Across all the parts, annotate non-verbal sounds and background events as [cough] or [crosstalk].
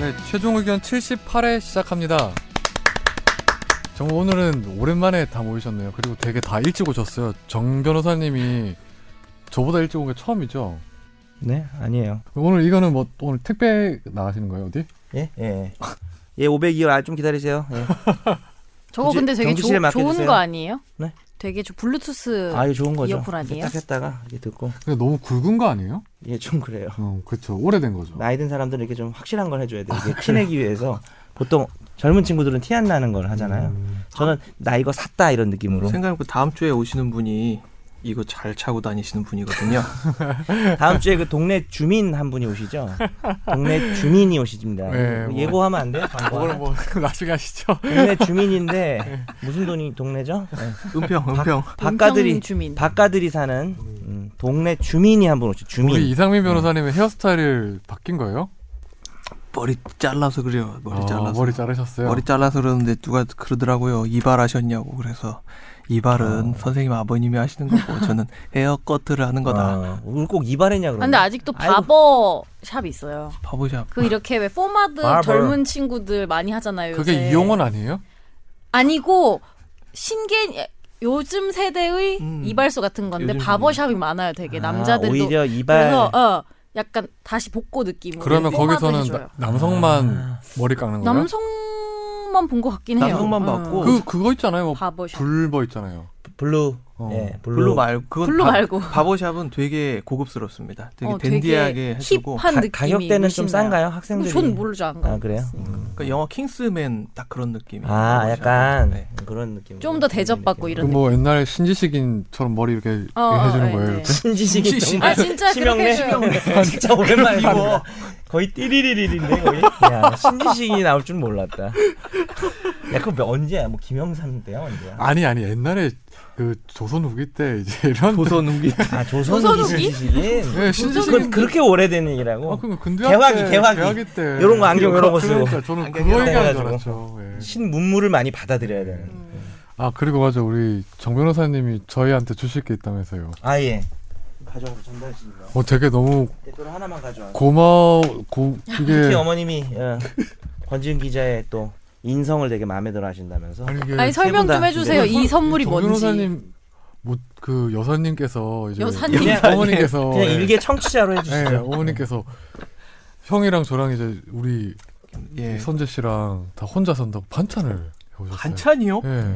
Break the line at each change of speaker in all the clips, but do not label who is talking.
네, 최종 의견 78회 시작합니다. 정말 오늘은 오랜만에 다 모이셨네요. 그리고 되게 다 일찍 오셨어요. 정 변호사님이 저보다 일찍 온 게 처음이죠.
네 아니에요.
오늘 이거는 뭐 오늘 택배 나가시는 거예요 어디?
예 예. 예 502호 아, 좀 기다리세요. 예.
저거
경기-
근데 되게 조,
경기실에
좋은
맡겨주세요.
거 아니에요?
네?
되게 저 블루투스
아 이거 좋은 거죠.
그 이어폰 아니에요?
딱 했다가 이렇게 듣고
근데 너무 굵은 거 아니에요?
예 좀 그래요.
어, 그렇죠. 오래된
네.
거죠.
나이 든 사람들은 이렇게 좀 확실한 걸 해줘야 돼요. 이게 티내기 위해서 보통 젊은 친구들은 티 안 나는 걸 하잖아요. 저는 나 이거 샀다 이런 느낌으로
생각해보니까 다음 주에 오시는 분이 이거 잘 차고 다니시는 분이거든요.
다음 주에 그 동네 주민 한 분이 오시죠. 동네 주민이 오십니다.
네, 뭐.
예고하면 안 돼요? 광고
그걸
하나?
뭐 [laughs] 나중에 하시죠.
동네 주민인데 무슨 돈이 동네죠? 네.
은평, 은평.
박가들이
은평 주민
박가들이 사는 음, 동네 주민이 한 분 오시죠. 주민.
우리 이상민
네.
변호사님의 헤어스타일을 바뀐 거예요?
머리 잘라서 그래요. 머리
아,
잘라서.
머리 자르셨어요.
머리 잘라서 그러는데 누가 그러더라고요. 이발하셨냐고. 그래서 이발은 선생님 아버님이 하시는 거고 저는 헤어커트를 하는 거다.
아, 우리 꼭 이발했냐 그러면.
근데 아직도
아이고. 아.
바버 샵 있어요.
바보샵.
그 이렇게 왜 포마드
바버.
젊은 친구들 많이 하잖아요. 요새.
그게 이용원 아니에요?
아니고 신개 요즘 세대의
음.
이발소 같은 건데
요즘
바버 샵이 많아요. 되게 남자들도
오히려 이발
그래서 어 약간 다시 복고 느낌으로
그러면
포마드
거기서는
뭐 해줘요. 아.
나- 남성만 머리 깎는 거예요?
남성만 본 것 같긴 해요.
남성만
어.
봤고
그 그거 있잖아요. 뭐
바버 샵
불버 있잖아요.
블루.
어.
예, 블루.
블루 말고 그건
블루
바-
말고.
바보샵은 되게 고급스럽습니다. 되게
어,
댄디하게
되게
해주고
힙한
가-
느낌이
가격대는 좀
물씬 나요.
싼가요? 학생들이.
전 모르죠 안 가.
아, 그래요?
그러니까 영화 킹스맨 딱 그런 느낌이에요.
아,
바보샵은.
약간
네.
그런 느낌.
좀더 대접받고 이런
그 뭐 옛날 신지식인처럼 머리 이렇게
어, 어,
해주는
네,
거예요.
네.
이렇게?
신지식이
아 진짜 그렇게 해줘요.
[laughs] 아, 진짜 오랜만이고 거의 띠리리리인데 거의. 야, 신지식이 나올 줄 몰랐다. 야, 그거 몇- 언제야? 뭐 김영삼 때야, 언제야?
아니 아니 옛날에 그 조선 후기 때 이제 이런
조선 후기
아, 조선
조선후기?
신지식이.
네,
그건
신지식
그렇게 오래된 얘기라고.
아 그럼 근대
개화기, 개화기.
때
요런 거 안경 요런 거 쓰고.
그러니까 저는
안경
그거
이런
거
얘기하는 줄
해가지고.
알았죠. 예.
신문물을 많이 받아들여야 되는.
아 그리고 맞아 우리 정 변호사님이 저희한테 주실 게 있다면서요.
아 예. 가져와서 전달해 주세요.
어 되게 너무
댓글 하나만 가져와.
고마워 고
특히
그게
어머님이 [laughs] 어, 권지윤 기자의 또 인성을 되게 마음에 들어 하신다면서
이게
아니 설명
세분
좀
다
해주세요.
그 정-
이 선물이
정
뭔지.
변호사님 못 그 여사님께서 이제
여사님.
여- 어머니께서
그냥
예.
일개 청취자로
네,
해주시죠.
어머님께서 형이랑 저랑 이제 우리
네.
예.
선재 씨랑 다 혼자 산다고 반찬을 해오셨어요.
반찬이요?
예.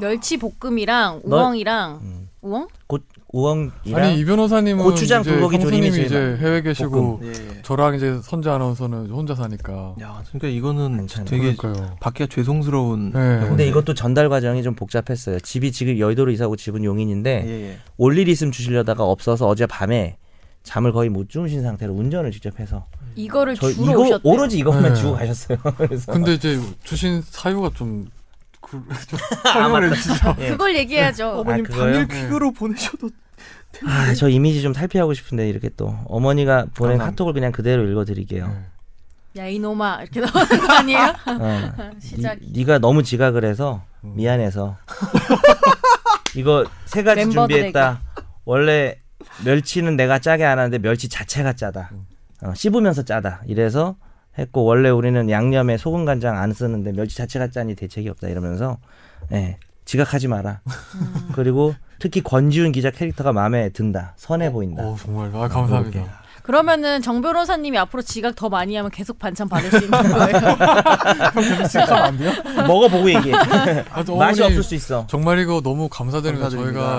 멸치 볶음이랑
너-
우엉이랑
음.
우엉?
곧 우엉이랑
아니 이 변호사님은
고추장,
이제
불고기, 조림이
형수님이 이제
제일
해외 계시고
예.
저랑 이제 선재 아나운서는 혼자 사니까
야, 그러니까 이거는
괜찮아요.
되게
그러니까요.
받기가 죄송스러운.
네.
근데 이것도 전달 과정이 좀 복잡했어요. 집이 지금 여의도로 이사고 집은 용인인데
예, 예.
올 일이 있으면 주시려다가 없어서 어제 밤에 잠을 거의 못 주무신 상태로 운전을 직접 해서
이거를
저
주로
이거
오셨대요.
오로지 이것만
네.
주고 가셨어요. 그래서
근데 이제 주신 사유가 좀 그- 좀 설명을 해주시죠.
그걸 얘기해야죠.
어머님 아, 그거요?
단일 퀵으로 보내셔도
[laughs] 아, 저 이미지 좀 탈피하고 싶은데 이렇게 또 어머니가 보낸
감사합니다.
카톡을 그냥 그대로 읽어드릴게요.
야 이놈아 이렇게 나오는 거 아니에요? [laughs]
어.
시작.
니, 네가 너무 지각을 해서 [laughs] 미안해서 이거 세 가지
멤버들에게.
준비했다. 원래 멸치는 내가 짜게 안 하는데 멸치 자체가 짜다. 어, 씹으면서 짜다. 이래서 했고 원래 우리는 양념에 소금 간장 안 쓰는데 멸치 자체가 짜니 대책이 없다 이러면서 예, 지각하지 마라.
음.
그리고 특히 권지훈 기자 캐릭터가 마음에 든다. 선해 보인다.
어 정말 아 감사합니다.
네.
그러면은 정 변호사님이 앞으로 지각 더 많이 하면 계속 반찬 받을 수 있는 거예요. [laughs]
먹어보고 얘기해.
아, 또
[laughs] 맛이
어머니
없을 수 있어.
정말 이거 너무 감사드리는 거
감사드립니다.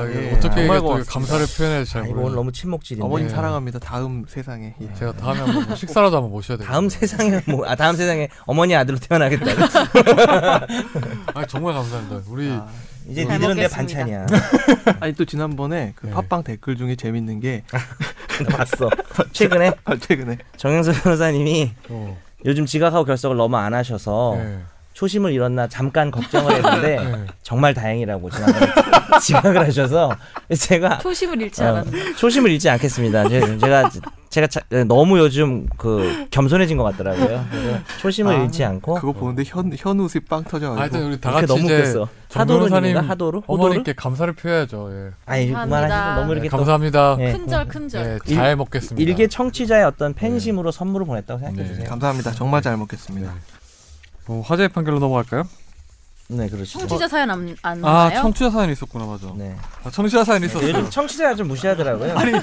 저희가
예.
어떻게
정말
이게 또
고맙습니다.
감사를 표현해야 될지 잘
아, 이거 오늘
모르겠어요.
너무 침묵질인데.
어머님 사랑합니다. 다음 세상에. 예.
제가 다음에 한번 뭐 식사라도 한번 모셔야 돼요.
다음 세상에 뭐, 아 다음 세상에 어머니 아들로
[laughs]
태어나겠다.
아 정말 감사합니다. 우리
아,
어. 이제
잘
니들은 내
먹겠습니다.
반찬이야. [laughs]
아니 또 지난번에 그
네.
팟빵 댓글 중에 재밌는 게
[laughs]
봤어. 최근에
아, [laughs] 최근에
정영선 변호사님이
어,
요즘 지각하고 결석을 너무 안 하셔서
예.
초심을 잃었나 잠깐 걱정을 했는데
[laughs] 네.
정말 다행이라고 [laughs] 지각을, 지각을 하셔서 제가
초심을 잃지
어,
않았는데.
초심을 잃지 않겠습니다. 제- 제가 제가 자- 너무 요즘 그 겸손해진 것 같더라고요. 그래서 초심을
아,
잃지 않고
그거 보는데 현 현우씨 빵
아, 하여튼
터져가지고
우리 다 같이
이렇게 너무
이제
웃겼어.
정 변호사님
하도르인가 하도르? 호도르?
어머니께 감사를 표해야죠. 예.
아니
감사합니다.
그만하시고 너무 이렇게
네,
또
감사합니다.
예.
큰절 큰절.
예,
일-
잘 먹겠습니다.
일개 청취자의 어떤 팬심으로 선물을 보냈다고 생각해
네.
주세요.
감사합니다. 정말 잘 먹겠습니다.
어, 화제의 판결로 넘어갈까요?
네 그렇죠.
청취자 사연 안, 안
아
나요?
청취자 사연이 있었구나 맞아.
네.
아, 청취자 사연이
요즘
있었어요.
청취자가 좀 무시하더라고요.
아니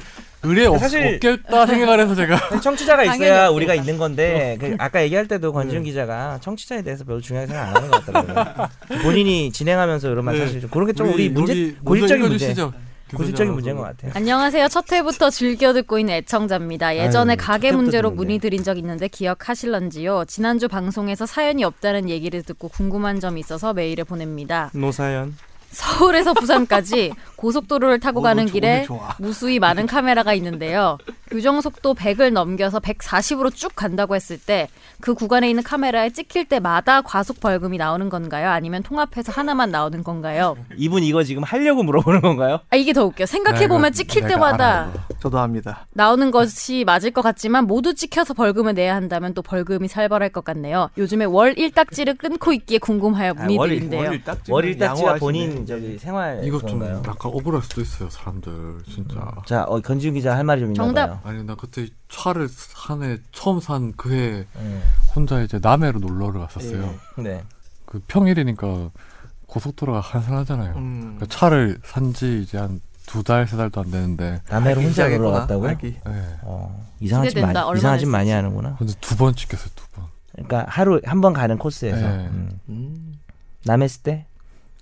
의뢰 없,
사실- 네.
없겠다 생각을 해서 제가
청취자가 있어야
당연히
우리가 있는 건데 그 아까 얘기할 때도 권지훈 기자가 청취자에 대해서 별로 중요하게 생각 안 하는 것 같더라고요. [laughs] 본인이 진행하면서 그런 말
네.
사실 좀 그런 게 좀 우리 문제
여기
고질적인
먼저
문제
읽어주시죠, 김 소장님.
고질적인 그 문제인 것 같아요.
안녕하세요. 첫 회부터 즐겨 듣고 있는 애청자입니다. 예전에
아유,
가게
첫 회부터
문제로
듣는데.
문의드린 적 있는데 기억하실런지요? 지난주 방송에서 사연이 없다는 얘기를 듣고 궁금한 점이 있어서 메일을 보냅니다.
노사연.
서울에서 부산까지 고속도로를 타고
어,
가는
너 조-
길에
오늘 좋아.
무수히 많은 카메라가 있는데요. 규정 속도 100을 넘겨서 140으로 쭉 간다고 했을 때 그 구간에 있는 카메라에 찍힐 때마다 과속 벌금이 나오는 건가요? 아니면 통합해서 하나만 나오는 건가요?
이분 이거 지금 하려고 물어보는 건가요?
아 이게 더 웃겨. 생각해 보면 찍힐
네,
내가
때마다
아,
저도 합니다.
나오는 것이 맞을 것 같지만 모두 찍혀서 벌금을 내야 한다면 또 벌금이 살벌할 것 같네요. 요즘에 월 일딱지를 끊고 있기에 궁금하여 문의드린데요.
월일 아, 딱지가 네. 본인 저기 생활
이거 좀
그런가요?
약간 억울할 수도 있어요 사람들 진짜.
자, 어, 권지훈 기자 할 말이 좀 있나
정답.
봐요.
아니 나 그때 차를 한 해 처음 산 그 해
예.
혼자 이제 남해로 놀러를 갔었어요.
네.
그 평일이니까 고속도로가 한산하잖아요.
음.
그 차를 산 지 이제 한 두 달 세 달도 안 되는데
남해로 혼자 놀러 갔다고요?
기
예.
어, 이상한 짓
기대된다.
많이
얼마나
이상한 짓 많이
했을지.
하는구나.
근데 두 번 찍혔어요 두 번.
그러니까 하루 한 번 가는 코스에서
네.
음.
음.
남했을 때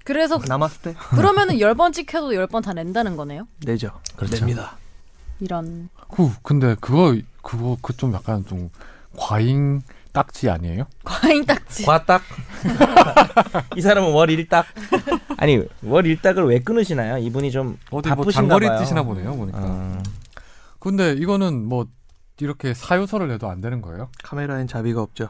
그래서
남았을 때
그러면은 10번 찍혀도 10번 다 낸다는 거네요.
내죠.
그렇죠.
냅니다.
이런
그 근데 그거 그거 그 좀 약간 좀 과잉 딱지 아니에요?
과잉 딱지.
과딱 [laughs] 이 사람은 월 일딱 아니 월 일딱을 왜 끊으시나요? 이분이 좀
어디 뭐
바쁘신가
장거리
봐요.
뛰시나 보네요 보니까.
어,
아. 근데 이거는 뭐 이렇게 사유서를 내도 안 되는 거예요?
카메라엔
[laughs]
자비가 없죠.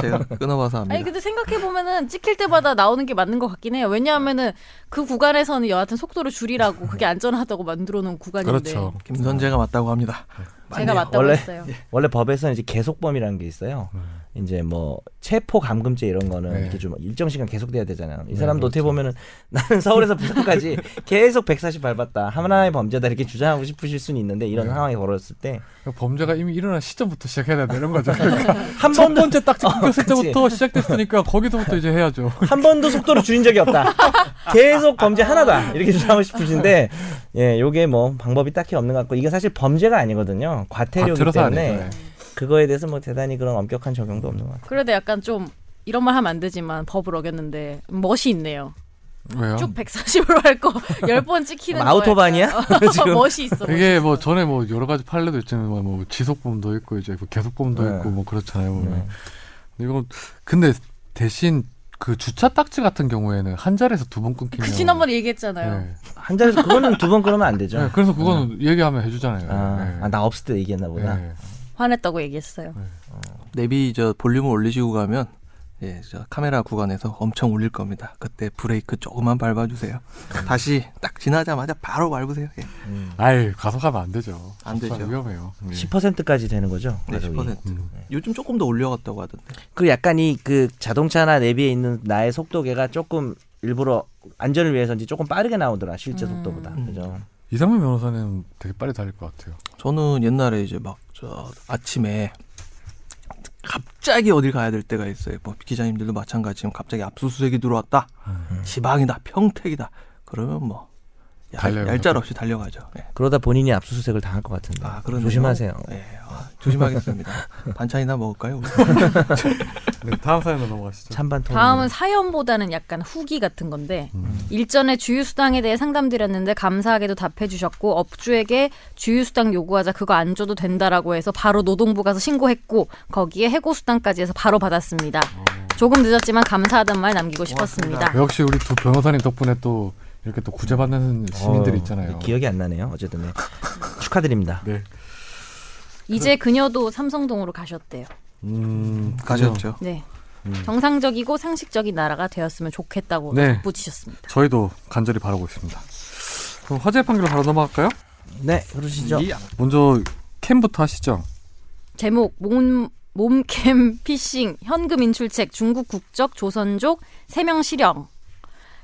제가 끊어봐서
아니
합니다.
근데 생각해 보면은 찍힐 때마다 나오는 게 맞는 것 같긴 해요. 왜냐하면은 그 구간에서는 여하튼 속도를 줄이라고 그게 안전하다고 만들어 놓은 구간인데
그렇죠.
김선재가 맞다고 합니다.
제가
맞네요.
맞다고
원래-
했어요.
원래 법에서는 이제 계속범이라는 게 있어요. 이제 뭐 체포 감금죄 이런 거는
네.
이렇게 좀 일정 시간 계속돼야 되잖아요. 이
네,
사람도 어떻게 보면은 [laughs] 나는 서울에서 부산까지 계속 140 밟았다. 하나의 범죄다 이렇게 주장하고 싶으실 수는 있는데 이런
네.
상황이 벌어졌을 때 한
그러니까 범죄가 이미 일어난 시점부터 시작해야 되는 거죠. [laughs] 그러니까 첫
번도 어,
번째 딱지 끊겼을
그치.
때부터 시작됐으니까 거기서부터 이제 해야죠.
한 번도 속도를 줄인 적이 [laughs] 없다. 계속 범죄 하나다. 이렇게 주장하고 싶으신데, 예, 요게 뭐 방법이 딱히 없는 것 같고, 이게 사실 범죄가 아니거든요. 과태료이기
과태료사
때문에
아니죠. 네.
그거에 대해서 뭐 대단히 그런 엄격한 적용도 없는 것 같아요.
그래도 약간 좀 이런 말 하면 안 되지만 법을 어겼는데 멋이 있네요.
왜요?
쭉 140으로 할 거 10번 찍히는
아마
거
아우토반이야?
약간.
지금?
[laughs] 멋이 있어.
이게 뭐 전에 뭐 여러 가지 판례도 있지만 뭐 지속범도 있고 이제 뭐 계속범도
네.
있고 뭐 그렇잖아요.
네.
보면. 이거 근데 대신 그 주차 딱지 같은 경우에는 한 자리에서 두 번 끊기면
그 지난번에 얘기했잖아요.
네.
한 자리에서 그거는 두 번 그러면 안 되죠.
네, 그래서 그거는 얘기하면 해주잖아요.
아,
네.
아, 나 없을 때 얘기했나 보다.
네.
화냈다고 얘기했어요.
내비 저 볼륨을 올리시고 가면 예, 저 카메라 구간에서 엄청 울릴 겁니다. 그때 브레이크 조금만 밟아주세요. 다시 딱 지나자마자 바로 밟으세요. 예,
음.
아유 가속하면 안 되죠.
안 되죠.
가속하면 위험해요. 네.
10%까지 되는 거죠.
네,
가속이.
10%.
음.
요즘 조금 더 올려갔다고 하던데.
그 약간 이 그 자동차나 내비에 있는 나의 속도계가 조금 일부러 안전을 위해서인지 조금 빠르게 나오더라 실제
음.
속도보다
음.
그죠?
이상민 변호사는 되게 빨리 달릴 것 같아요.
저는 옛날에 이제 막 저 아침에 갑자기 어딜 가야 될 때가 있어요. 뭐 기자님들도 마찬가지지만 갑자기 압수수색이 들어왔다.
음.
지방이다, 평택이다. 그러면 뭐 얄,
달려요.
얄짤 없이 달려가죠. 예.
그러다 본인이 압수수색을 당할 것 같은데
아, 그러네요.
조심하세요.
예, 아,
[laughs]
조심하겠습니다. 반찬이나 먹을까요? 우리?
네, 다음 사연으로 넘어가시죠.
찬반통.
다음은 사연보다는 약간 후기 같은 건데 일전에 주유수당에 대해 상담드렸는데 감사하게도 답해주셨고 업주에게 주유수당 요구하자 그거 안 줘도 된다라고 해서 바로 노동부 가서 신고했고 거기에 해고수당까지 해서 바로 받았습니다. 조금 늦었지만 감사하단 말 남기고 싶었습니다.
역시 우리 두 변호사님 덕분에 또 이렇게 또 구제받는 시민들이 있잖아요.
어, 기억이 안 나네요. 어쨌든 네. [laughs] 축하드립니다.
네.
이제 그녀도 삼성동으로 가셨대요.
음, 그냥
가셨죠.
네. 정상적이고 상식적인 나라가 되었으면 좋겠다고
네.
덧붙이셨습니다.
저희도 간절히 바라고 있습니다. 그럼 화재 판결로 바로 넘어갈까요?
네, 그러시죠.
먼저 캔부터 하시죠.
제목 몸 몸캠 [laughs] 피싱 현금 인출책 중국 국적 조선족 세 명 실형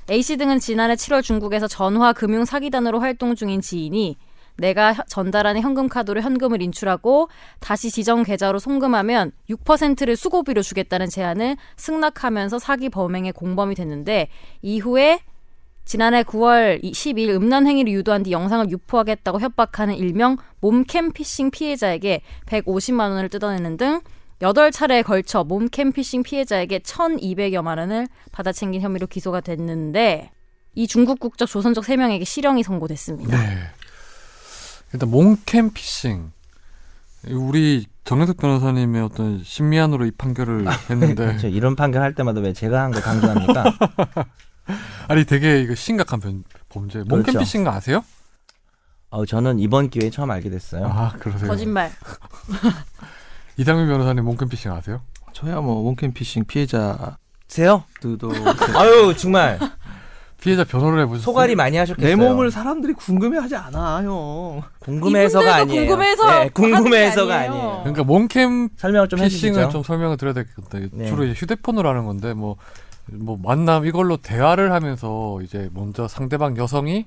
A씨 등은 지난해 7월 중국에서 전화 금융 사기단으로 활동 중인 지인이 내가 혀- 전달하는 현금 카드로 현금을 인출하고 다시 지정 계좌로 송금하면 6%를 수고비로 주겠다는 제안을 승낙하면서 사기 범행의 공범이 됐는데 이후에 지난해 9월 12일 음란 행위를 유도한 뒤 영상을 유포하겠다고 협박하는 일명 몸캠 피싱 피해자에게 150만 원을 뜯어내는 등 8차례에 걸쳐 몸캠 피싱 피해자에게 1,200여만 원을 받아챙긴 혐의로 기소가 됐는데 이 중국 국적 조선족 3명에게 실형이 선고됐습니다.
네. 일단 몽캠 피싱. 우리 정영석 변호사님의 어떤 심미안으로 이 판결을 했는데
그렇죠. 이런 판결 할 때마다 왜 제가 한 거 강조합니까?
아니 되게 이거 심각한 변- 범죄. 몽캠
그렇죠.
피싱 아세요?
어, 저는 이번 기회에 처음 알게 됐어요.
아 그러세요.
거짓말.
이상민 변호사님 몽캠 피싱 아세요?
저야 뭐 원캠 피싱 피해자들도
세요?
이렇게
아유 정말
피해자 변호를 해보셨어요?
소갈이 많이 하셨겠어요.
내 몸을 사람들이 궁금해하지 않아 형.
궁금해서가
이분들도
아니에요.
궁금해서
네, 궁금해서가
하는 게 아니에요.
아니에요.
그러니까 몽캠
설명을 좀 해주시죠.
피싱을 좀 설명을 드려야 되겠다.
네.
주로 이제 휴대폰으로 하는 건데 뭐 뭐 만남 이걸로 대화를 하면서 이제 먼저 상대방 여성이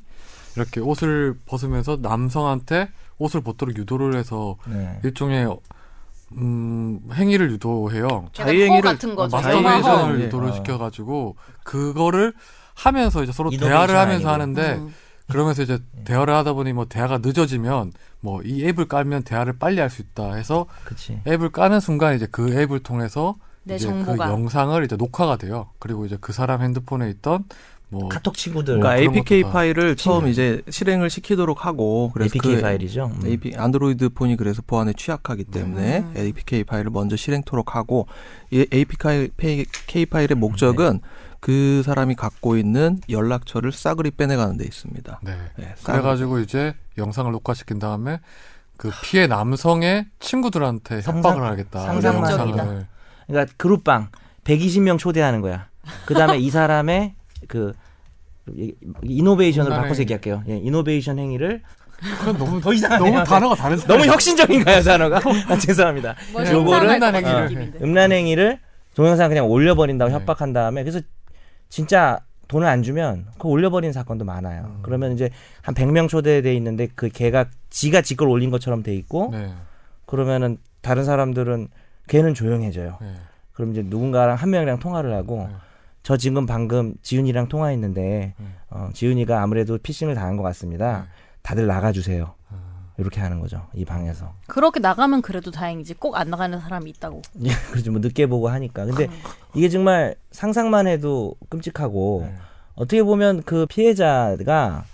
이렇게 옷을 벗으면서 남성한테 옷을 벗도록 유도를 해서
네.
일종의 음, 행위를 유도해요.
약간
자유행위를-
허 같은 거죠.
자유행위죠.
마스터베이션을
예.
유도를
어.
시켜가지고 그거를 하면서 이제 서로
이노베이션
대화를 하면서
아니고.
하는데
음.
그러면서 이제 대화를 하다 보니 뭐 대화가 늦어지면 뭐 이 앱을 깔면 대화를 빨리 할 수 있다 해서
그치.
앱을 까는 순간 이제 그 앱을 통해서
내
이제
네, 정보가
그 영상을 이제 녹화가 돼요. 그리고 이제 그 사람 핸드폰에 있던 뭐
카톡 친구들
그러니까
그런
APK
것도 다-
파일을 처음 이제 실행을 시키도록 하고 그래서
APK
그
파일이죠. 음.
AP, 안드로이드 폰이 그래서 보안에 취약하기 때문에
음.
APK 파일을 먼저 실행토록 하고 이 APK K 파일의 목적은 그 사람이 갖고 있는 연락처를 싸그리 빼내가는 데 있습니다.
네.
네, 싸그리.
그래가지고 이제 영상을 녹화시킨 다음에 그 피해 남성의 친구들한테
상상-
협박을 하겠다.
상상만
영상을
그러니까 그룹방 120명 초대하는 거야. 그다음에 이 사람의 그 이- 이노베이션으로
중간에-
바꿔서 얘기할게요. 예, 이노베이션 행위를
그건 너무
더 이상하네요.
너무 단어가 다른
너무 혁신적인가요 단어가? [laughs] 아, 죄송합니다.
뭐
그냥
신상할
요거를
것 같은
나누기를
느낌인데.
음란 행위를 동영상 그냥 올려버린다고
네.
협박한 다음에 그래서 진짜 돈을 안 주면 그거 올려버린 사건도 많아요. 그러면 이제 한 100명 초대돼 있는데 그 걔가 지가 지 걸 올린 것처럼 돼 있고
네.
그러면은 다른 사람들은 걔는 조용해져요.
네.
그럼 이제 누군가랑 한 명이랑 통화를 하고
네.
저 지금 방금 지훈이랑 통화했는데
네.
어, 지훈이가 아무래도 피싱을 당한 것 같습니다. 다들 나가주세요.
아.
이렇게 하는 거죠. 이 방에서.
[laughs] 그렇게 나가면 그래도 다행이지. 꼭 안 나가는 사람이 있다고.
예, [laughs] 그렇죠. 뭐 늦게 보고 하니까. 근데
아.
이게 정말 상상만 해도 끔찍하고
네.
어떻게 보면 그 피해자가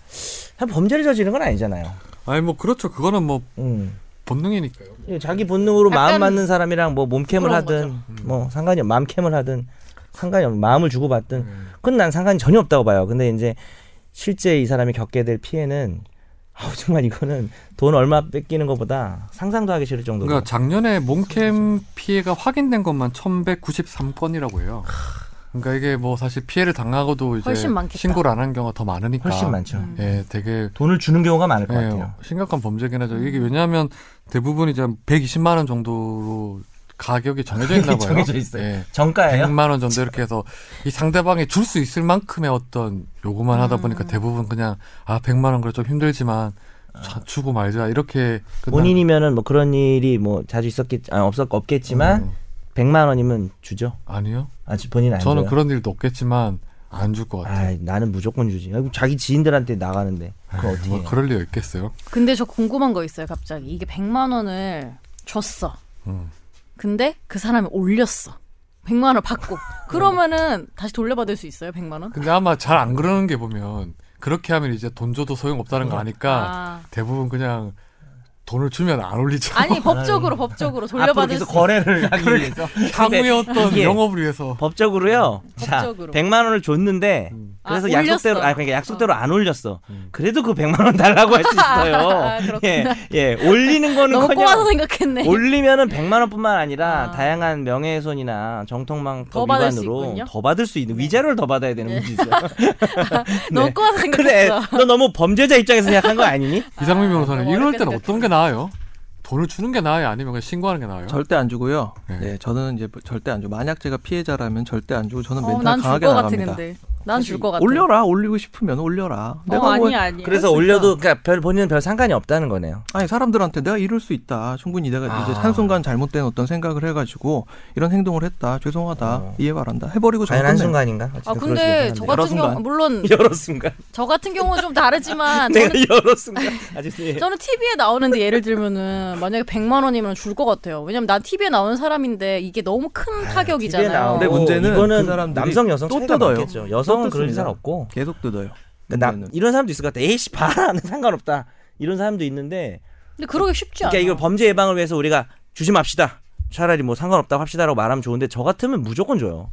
한 범죄를 저지른 건 아니잖아요.
아니 뭐 그렇죠. 그거는 뭐
음.
본능이니까요.
예, 자기 본능으로 마음
약간 음.
맞는 사람이랑 뭐 몸캠을
부끄러운
하든 뭐 상관이 없, 마음캠을 하든 상관이 없, 마음을 주고받든 그건 난 상관이 전혀 없다고 봐요. 근데 이제 실제 이 사람이 겪게 될 피해는 아우 정말 이거는 돈 얼마 뺏기는 것보다 상상도 하기 싫을 정도로
그러니까 작년에 몽캠 피해가 확인된 것만 1,193건이라고 해요. 그러니까 이게 뭐 사실 피해를 당하고도 이제
훨씬 많겠다.
신고를 안 한 경우가 더 많으니까.
훨씬 많죠.
음.
예, 되게
돈을 주는 경우가 많을 것
예,
같아요.
심각한 범죄긴 하죠. 이게 왜냐하면 대부분 이제 한 120만 원 정도로 가격이 정해져
[laughs]
있나 봐요.
정해져 있어요.
예.
정가예요?
100만 원 정도 이렇게 해서 이 상대방이 줄 수 있을 만큼의 어떤 요구만 하다 보니까 대부분 그냥 아 100만 원 그래 좀 힘들지만 자, 주고 말자 이렇게 끝나는
아. 본인이면은 뭐 그런 일이 뭐 자주 있었겠 아
음.
없었 없겠지만 100만 원이면 주죠.
아니요.
아 지- 본인 안
저는
줘요.
그런 일도 없겠지만 안 줄 것 같아요.
아 나는 무조건 주지. 아이고, 자기 지인들한테 나가는데 그거 어떻게?
뭐
해요?
그럴 리가 있겠어요.
근데 저 궁금한 거 있어요, 갑자기. 이게 100만 원을 줬어.
음.
근데 그 사람이 올렸어. 100만 원 받고. 그러면은 다시 돌려받을 수 있어요, 100만 원?
근데 아마 잘 안 그러는 게 보면 그렇게 하면 이제 돈 줘도 소용 없다는 거 아니까
아.
대부분 그냥 돈을 주면 안 올리죠.
아니, 법적으로 법적으로
앞으로
돌려받을 수
계속 거래를 하기 위해서
향후의 어떤
이게-
예.
영업을 위해서.
[laughs] 법적으로요.
법적으로.
자, 100만 원을 줬는데 그래서
아,
약속대로
올렸어. 음.
아 그러니까 약속대로 안 올렸어. 그래도 그 100만 원 달라고
[laughs]
할 수 있어요.
아, 그렇구나.
예. 예. 올리는 거는
너무 꼬아서
커녕
생각했네.
올리면은 100만 원뿐만 아니라
아.
다양한 명예훼손이나 정통망법
더 받을 수
위반으로
있군요? 네.
더 받을 수 있는 위자료를 더 받아야 되는 문제죠.
[laughs] [laughs]
[laughs]
너무
네.
꼬아서 생각했어. [laughs]
그래, 너 너무 범죄자 입장에서 생각한 거 아니니?
이상민
아,
변호사님
너무
이럴
어렵게
때는 어떤 게 나아요? 돈을 주는 게 나아요? 아니면 그냥 신고하는 게 나아요?
절대 안 주고요.
네.
네. 저는 이제 절대 안 주고 만약 제가 피해자라면 절대 안 주고 저는
어,
멘탈
난줄
강하게
것
나갑니다.
같은데. 난 줄 것 같아.
올려라 올리고 싶으면 올려라. 뭐,
어, 아니 아니.
그래서 올려도 그러니까 별 본인은 별 상관이 없다는 거네요.
아니 사람들한테 내가 이럴 수 있다. 충분히 내가 이제
아.
한순간 잘못된 어떤 생각을 해가지고 이런 행동을 했다. 죄송하다.
어.
이해 바란다. 해버리고
과연
저는
한
끝내.
순간인가?
아 근데 저 같은
여러
경우
순간.
물론
[laughs] 여러 순간
저 같은 경우는
[laughs]
좀 다르지만
내가
아, 저는
여러 순간 아직
[laughs] 저는 TV에 나오는데 예를 들면은 만약에 100만 원이면 줄 것 같아요. 왜냐면 난 TV에 나오는 사람인데 이게 너무 큰 타격이잖아요.
근데 문제는
이거는
그 사람들이
남성 여성
또
차이가
뜯어요.
많겠죠. 여성은
또
그런
뜯습니다.
사람 없고
계속 뜯어요.
그러니까 나,
문제는.
이런 사람도 있을 것 같아. 에이씨 봐라 나 [laughs] 상관없다 이런 사람도 있는데
근데 그러기 쉽지 않아.
그러니까 이걸 범죄 예방을 위해서 우리가 주지 맙시다. 차라리 뭐 상관없다고 합시다라고 말하면 좋은데 저 같으면 무조건 줘요.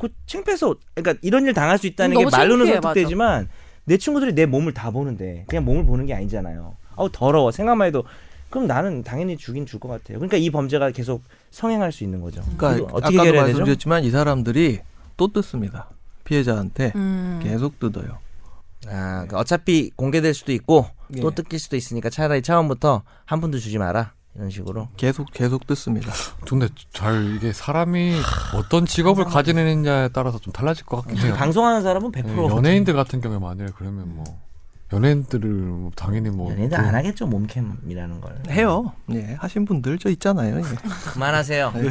그 창피해서 그러니까 이런 일 당할 수 있다는 게
음, 너무
말로는
창피해,
설득되지만 내 친구들이 내 몸을 다 보는데 그냥 몸을 보는 게 아니잖아요. 아우 더러워 생각만 해도 그럼 나는 당연히 주긴 줄 것 같아요. 그러니까 이 범죄가 계속 성행할 수 있는 거죠.
그러니까
이거 어떻게
아까도
해결해야 되죠?
말씀드렸지만 이 사람들이 또 뜯습니다. 피해자한테
음.
계속 뜯어요.
아, 그러니까 어차피 공개될 수도 있고 또
예.
뜯길 수도 있으니까 차라리 처음부터 한 푼도 주지 마라 이런 식으로.
계속 계속 뜯습니다.
근데 잘 이게 사람이 어떤 직업을 가지느냐에 따라서 좀 달라질 것
네.
같긴 해요.
방송하는 사람은 100%
네, 연예인들 같은 경우에 만약에 그러면 뭐 연예인들을 뭐 당연히 뭐
연예인들
그-
안 하겠죠 몸캠이라는 걸.
해요. 예, 하신 분들 저 있잖아요. 예.
네, 그만하세요.
네.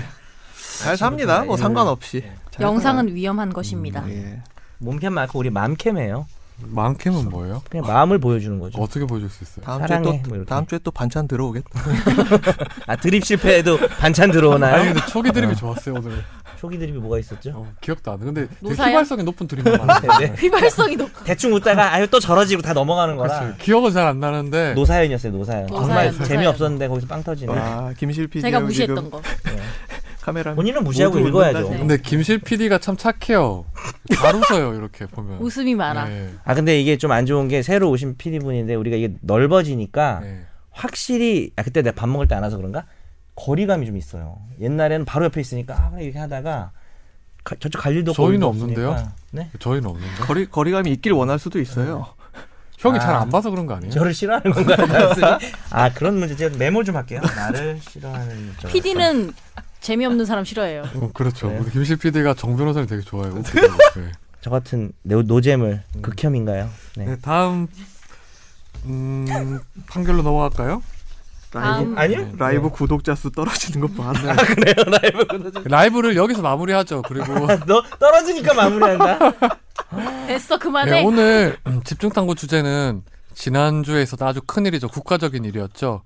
잘 삽니다. 뭐
예.
상관없이. 잘
영상은 위험한 것입니다.
살아요. 예.
몸캠 말고 우리 맘캠해요.
많게는 뭐예요?
그냥 마음을 보여주는 거죠.
어떻게 보여줄 수 있어요?
다음 주에
사랑해,
또
뭐 이렇게.
다음 주에 또 반찬 들어오겠다.
아 드립 실패해도 반찬
아니
들어오나요?
근데 초기 드립이 좋았어요 오늘
초기 드립이 뭐가 있었죠?
어, 기억도 안 나. 근데 되게
노사야?
휘발성이 높은 드립만 많아요.
네.
휘발성이
[laughs]
높.
대충 웃다가 아유 또 저러지고 다 넘어가는 거라.
그렇죠. 기억은 잘 안 나는데
노사연이었어요 노사연.
노사연,
정말
노사연.
재미없었는데 거기서 빵 터지네.
아, 김실 PD
제가
형
무시했던
지금
거.
카메라
본인은 무시하고
모두
읽어야죠.
웃는다,
근데 김실 PD가 참 착해요. 잘 웃어요 이렇게 보면.
웃음이 많아.
네,
아 근데 이게 좀 안 좋은 게 새로 오신 PD 분인데 우리가 이게 넓어지니까
네.
확실히 아 그때 내가 밥 먹을 때 안 와서 그런가 거리감이 좀 있어요. 옛날에는 바로 옆에 있으니까 아, 그래 이렇게 하다가 가- 저쪽 갈 일도 없고
저희는
일도 없으니까.
없는데요?
네?
그 저희는 없는데.
지금. 거리 거리감이 있길 원할 수도 있어요.
형이
아.
잘 안 봐서 그런 거 아니에요?
저를 싫어하는 [laughs] 건가요? 단순히? 아 그런 문제 제가 메모 좀 할게요. 나를 싫어하는 저.
PD는 재미없는 사람 싫어해요.
어, 그렇죠.
네.
근데 김실 PD가 정 변호사를 되게 좋아해요. 웃기고. 네.
저 같은 노- 노잼을 극혐인가요?
[laughs]
네.
네, 다음 음, 판결로 넘어갈까요?
다음
아니요. [laughs]
라이브 구독자 수 떨어지는 것 봐라.
네.
라이브를 여기서 마무리하죠. [laughs] 그리고
너 떨어지니까 [laughs] 마무리한다.
됐어
네,
그만해.
오늘 집중 탐구 주제는 지난주에 있었던 아주 큰 일이죠. 국가적인 일이었죠.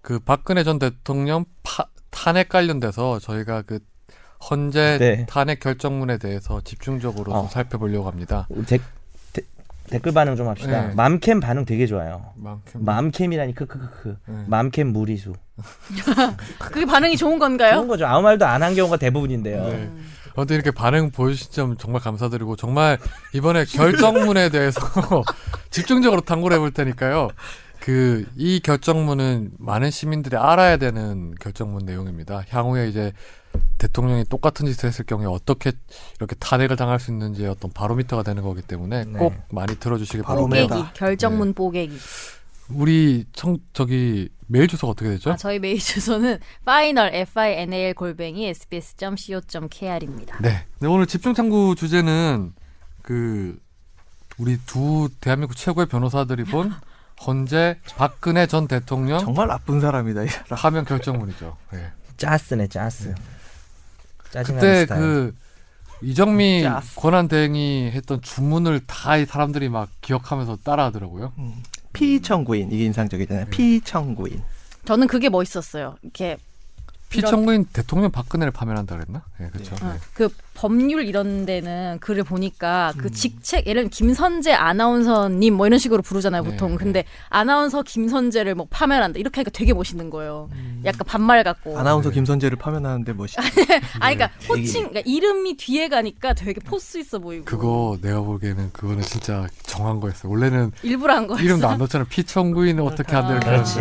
그 박근혜 전 대통령 파- 탄핵 관련돼서 저희가 그 헌재
네.
탄핵 결정문에 대해서 집중적으로
어.
좀 살펴보려고 합니다.
우리 데, 데, 댓글 반응 좀 합시다.
네.
맘캠 반응 되게 좋아요.
만큼
맘캠이라니 크크크크.
네.
맘캠 무리수.
그게 반응이 좋은
그런
건가요?
거죠. 아무 말도 안 한 경우가 대부분인데요.
네. 아무튼 이렇게 반응 보여주신 점 정말 감사드리고 정말 이번에 결정문에 대해서 [laughs] 집중적으로 탐구를 해볼 테니까요. 그 이 결정문은 많은 시민들이 알아야 되는 결정문 내용입니다. 향후에 이제 대통령이 똑같은 짓을 했을 경우에 어떻게 이렇게 탄핵을 당할 수 있는지의 어떤 바로미터가 되는 거기 때문에
네.
꼭 많이 들어주시길
바로메다.
바랍니다.
뽀개기
바로메다.
결정문 뽀개기.
우리 청 저기 메일 주소가 어떻게 되죠?
아, 저희 메일 주소는 [laughs] final f i n a l 골뱅이 s b s c o k r 입니다.
네. 네, 오늘 집중 탐구 주제는 그 우리 두 대한민국 최고의 변호사들이 본 헌재 박근혜 전 대통령
[laughs] 정말 나쁜 사람이다. 이 사람.
하면 결정문이죠. 네.
짜스네 짜스. 짜증나는
그때
스타일.
그 이정미
짜스.
권한대행이 했던 주문을 다 이 사람들이 막 기억하면서 따라하더라고요.
음. 피청구인 이게
예.
인상적이잖아요. 피청구인.
저는 그게 멋있었어요. 이렇게
피청구인 대통령 박근혜를 파면한다 그랬나? 예, 그렇죠.
어,
네.
그 법률 이런 데는 글을 보니까
음.
그 직책 예를 들면 김선재 아나운서님 뭐 이런 식으로 부르잖아요
네,
보통
네.
근데 아나운서 김선재를 뭐 파면한다 이렇게 하니까 되게 멋있는 거예요
음.
약간 반말 같고
네.
아나운서 김선재를 파면하는데 멋있다.
아니 그러니까
네.
호칭 그러니까 이름이 뒤에 가니까 되게 포스 있어 보이고
그거 내가 보기에는 그거는 진짜 정한 거였어요. 원래는
일부러 한 거였어
이름도 안 넣었잖아요. 피청구인은 어떻게 안 되는
그렇지.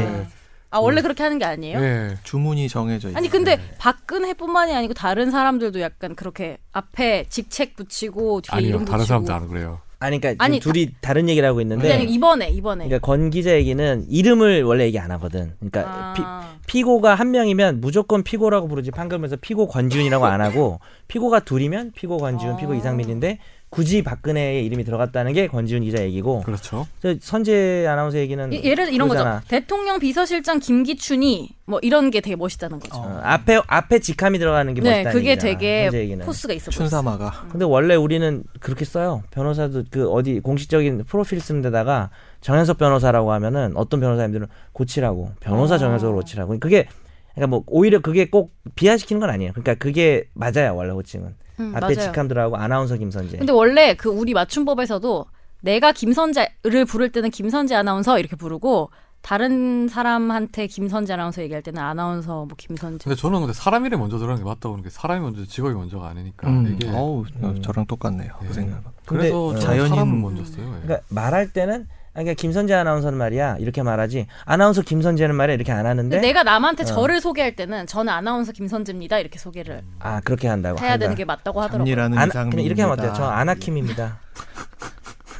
아
네.
원래 그렇게 하는 게 아니에요
예.
주문이 정해져 있어.
아니 그 근데
네.
박근혜뿐만이 아니고 다른 사람들도 약간 그렇게 앞에 직책 붙이고 뒤에
아니요.
이름
다른
붙이고
사람도 안 그래요.
아니 그러니까
아니,
지금 둘이 다른 얘기를 하고 있는데
그게 아니고 이번에 이번에.
그러니까 권 기자 얘기는 이름을 원래 얘기 안 하거든. 그러니까
아.
피, 고가한 명이면 무조건 피고라고 부르지 판결문에서 피고 권지훈이라고 안
[laughs]
하고 피고가 둘이면 피고 권지훈, 피고
아.
이상민인데 굳이 박근혜의 이름이 들어갔다는 게 권지훈 기자 얘기고
그렇죠.
저 선재 아나운서 얘기는
예- 예를 들어 이런
음, 그러잖아.
거죠. 대통령 비서실장 김기춘이 뭐 이런 게 되게 멋있다는 거죠.
어, 앞에 앞에 직함이 들어가는 게
네,
멋있다는
그게
얘기잖아, 선재
되게
얘기는.
포스가 있어 보였어요.
춘삼아가
근데 원래 우리는 그렇게 써요. 변호사도 그 어디 공식적인 프로필 쓰는 데다가 정현석 변호사라고 하면은 어떤 변호사님들은 고치라고 변호사
아.
정현석으로 고치라고. 그게 그러니까 뭐 오히려 그게 꼭 비하시키는 건 아니에요. 그러니까 그게 맞아요 원래 호칭은.
음,
앞에
맞아요.
직함 들어가고 아나운서 김선재.
근데 원래 그 우리 맞춤법에서도 내가 김선재를 부를 때는 김선재 아나운서 이렇게 부르고 다른 사람한테 김선재 아나운서 얘기할 때는 아나운서 뭐 김선재.
근데 저는 근데 사람 이름 먼저 들어가는 게 맞다고 보는 게 사람이 먼저 직업이 먼저가 아니니까
음.
이게
어우
음.
저랑 똑같네요 그 생각은
근데,
그래서
어.
자연인 사람은
자연인-
먼저 써요. 예.
그러니까 말할 때는 아, 그러니까 김선재 아나운서는 말이야 이렇게 말하지 아나운서 김선재는 말이야 이렇게 안 하는데
근데 내가 남한테
어.
저를 소개할 때는 저는 아나운서 김선재입니다 이렇게 소개를
아 그렇게 한다고.
해야 되는
한다.
게 맞다고 하더라고요.
잠니라는
아나-
이상민
그냥 이렇게 하면 어때요? 저 아나킴입니다.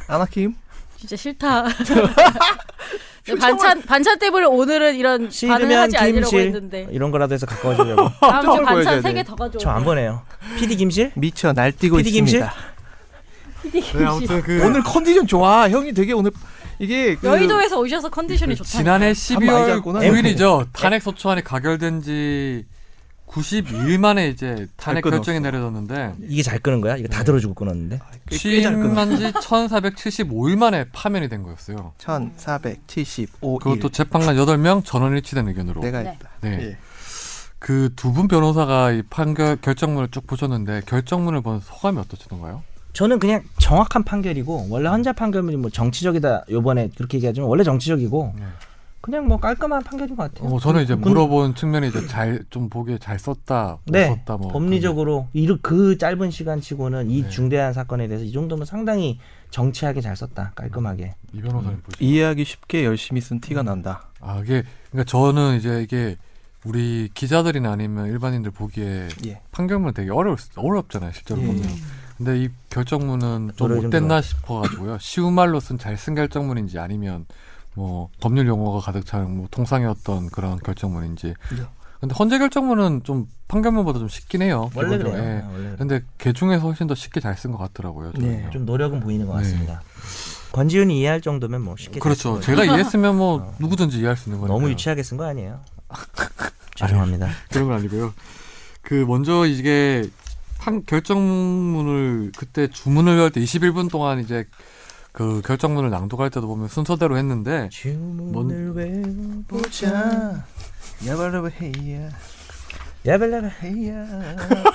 아나킴
진짜
[laughs]
싫다. [laughs] 근데 반찬 반찬 테이블에 오늘은 이런 [laughs] 반응을
싫으면
하지 않으려고
김실
했는데
이런 거라도 해서
[laughs]
가까워지려고.
다음 주
깜짝
반찬
보여줘야
세
돼.
개 더 가져오.
저 안 보내요. PD 김실?
미쳐 날뛰고
PD 김씨?
있습니다
네, 아무튼 그
오늘 컨디션 좋아 형이 되게 오늘 이게 그
여의도에서 오셔서
그
컨디션이 좋다.
지난해
많이
12월
잤구나. 네.
9일이죠. 탄핵 소추안이 가결된 지 92일 만에 이제 탄핵
끊었어. 예,
결정이 내려졌는데
이게 잘 끄는 거야? 이거 다
네.
들어주고 끊었는데.
꽤잘 끊었어.
취임한 지 1475일 만에 파면이 된 거였어요.
1475일
그것도 재판관 8명 전원 일치된 의견으로.
예. 내가
네.
했다
네.
예.
그 두 분 변호사가 이 판결 결정문을 쭉 보셨는데 결정문을 본 소감이 어떠셨던가요?
저는 그냥 정확한 판결이고 원래 헌재 판결문이 뭐 정치적이다 요번에 그렇게 얘기하지만 원래 정치적이고
네.
그냥 뭐 깔끔한 판결인 것 같아요.
어, 저는 이제
군-
물어본 측면이 이제 잘 좀 보기에 잘 썼다, 못
네.
썼다 뭐
법리적으로 이르- 그 짧은 시간치고는 이
네.
중대한 사건에 대해서 이 정도면 상당히 정치하게 잘 썼다. 깔끔하게.
이 변호사님 보시.
이해하기 쉽게 열심히 쓴 티가 난다
아 이게 그러니까 저는 이제 이게 우리 기자들이나 아니면 일반인들 보기에
예.
판결문 되게 어려울 수- 어렵잖아요 실제로
예.
보면. 근데 이 결정문은 좀
노래 좀
못됐나 싶어가지고요. 쉬운 말로 쓴 잘 쓴 결정문인지 아니면 뭐 법률 용어가 가득 찬 뭐 통상이었던 그런 결정문인지.
네.
근데 헌재 결정문은 좀 판결문보다 좀 쉽긴 해요.
원래
기본적으로.
그래요.
예.
아, 원래 그래요.
근데 개 중에서 훨씬 더 쉽게 잘 쓴 것 같더라고요. 저는요.
네,
좀 노력은 보이는 것
네.
같습니다. 권지훈이 이해할 정도면 뭐 쉽게 됐을
그렇죠.
거예요. 어.
제가 이해했으면
[laughs]
뭐 누구든지 이해할 수 있는 거니까.
너무 유치하게 쓴 거 아니에요?
[laughs]
죄송합니다.
그런 건 아니고요. 그 먼저 이게 판 결정문을 그때 주문을 할 때 21분 동안 이제 그 결정문을 낭독할 때도 보면 순서대로 했는데
주문을 외워보자.
보자 야발라바 헤이야
야벨라라.
[laughs] 헤이야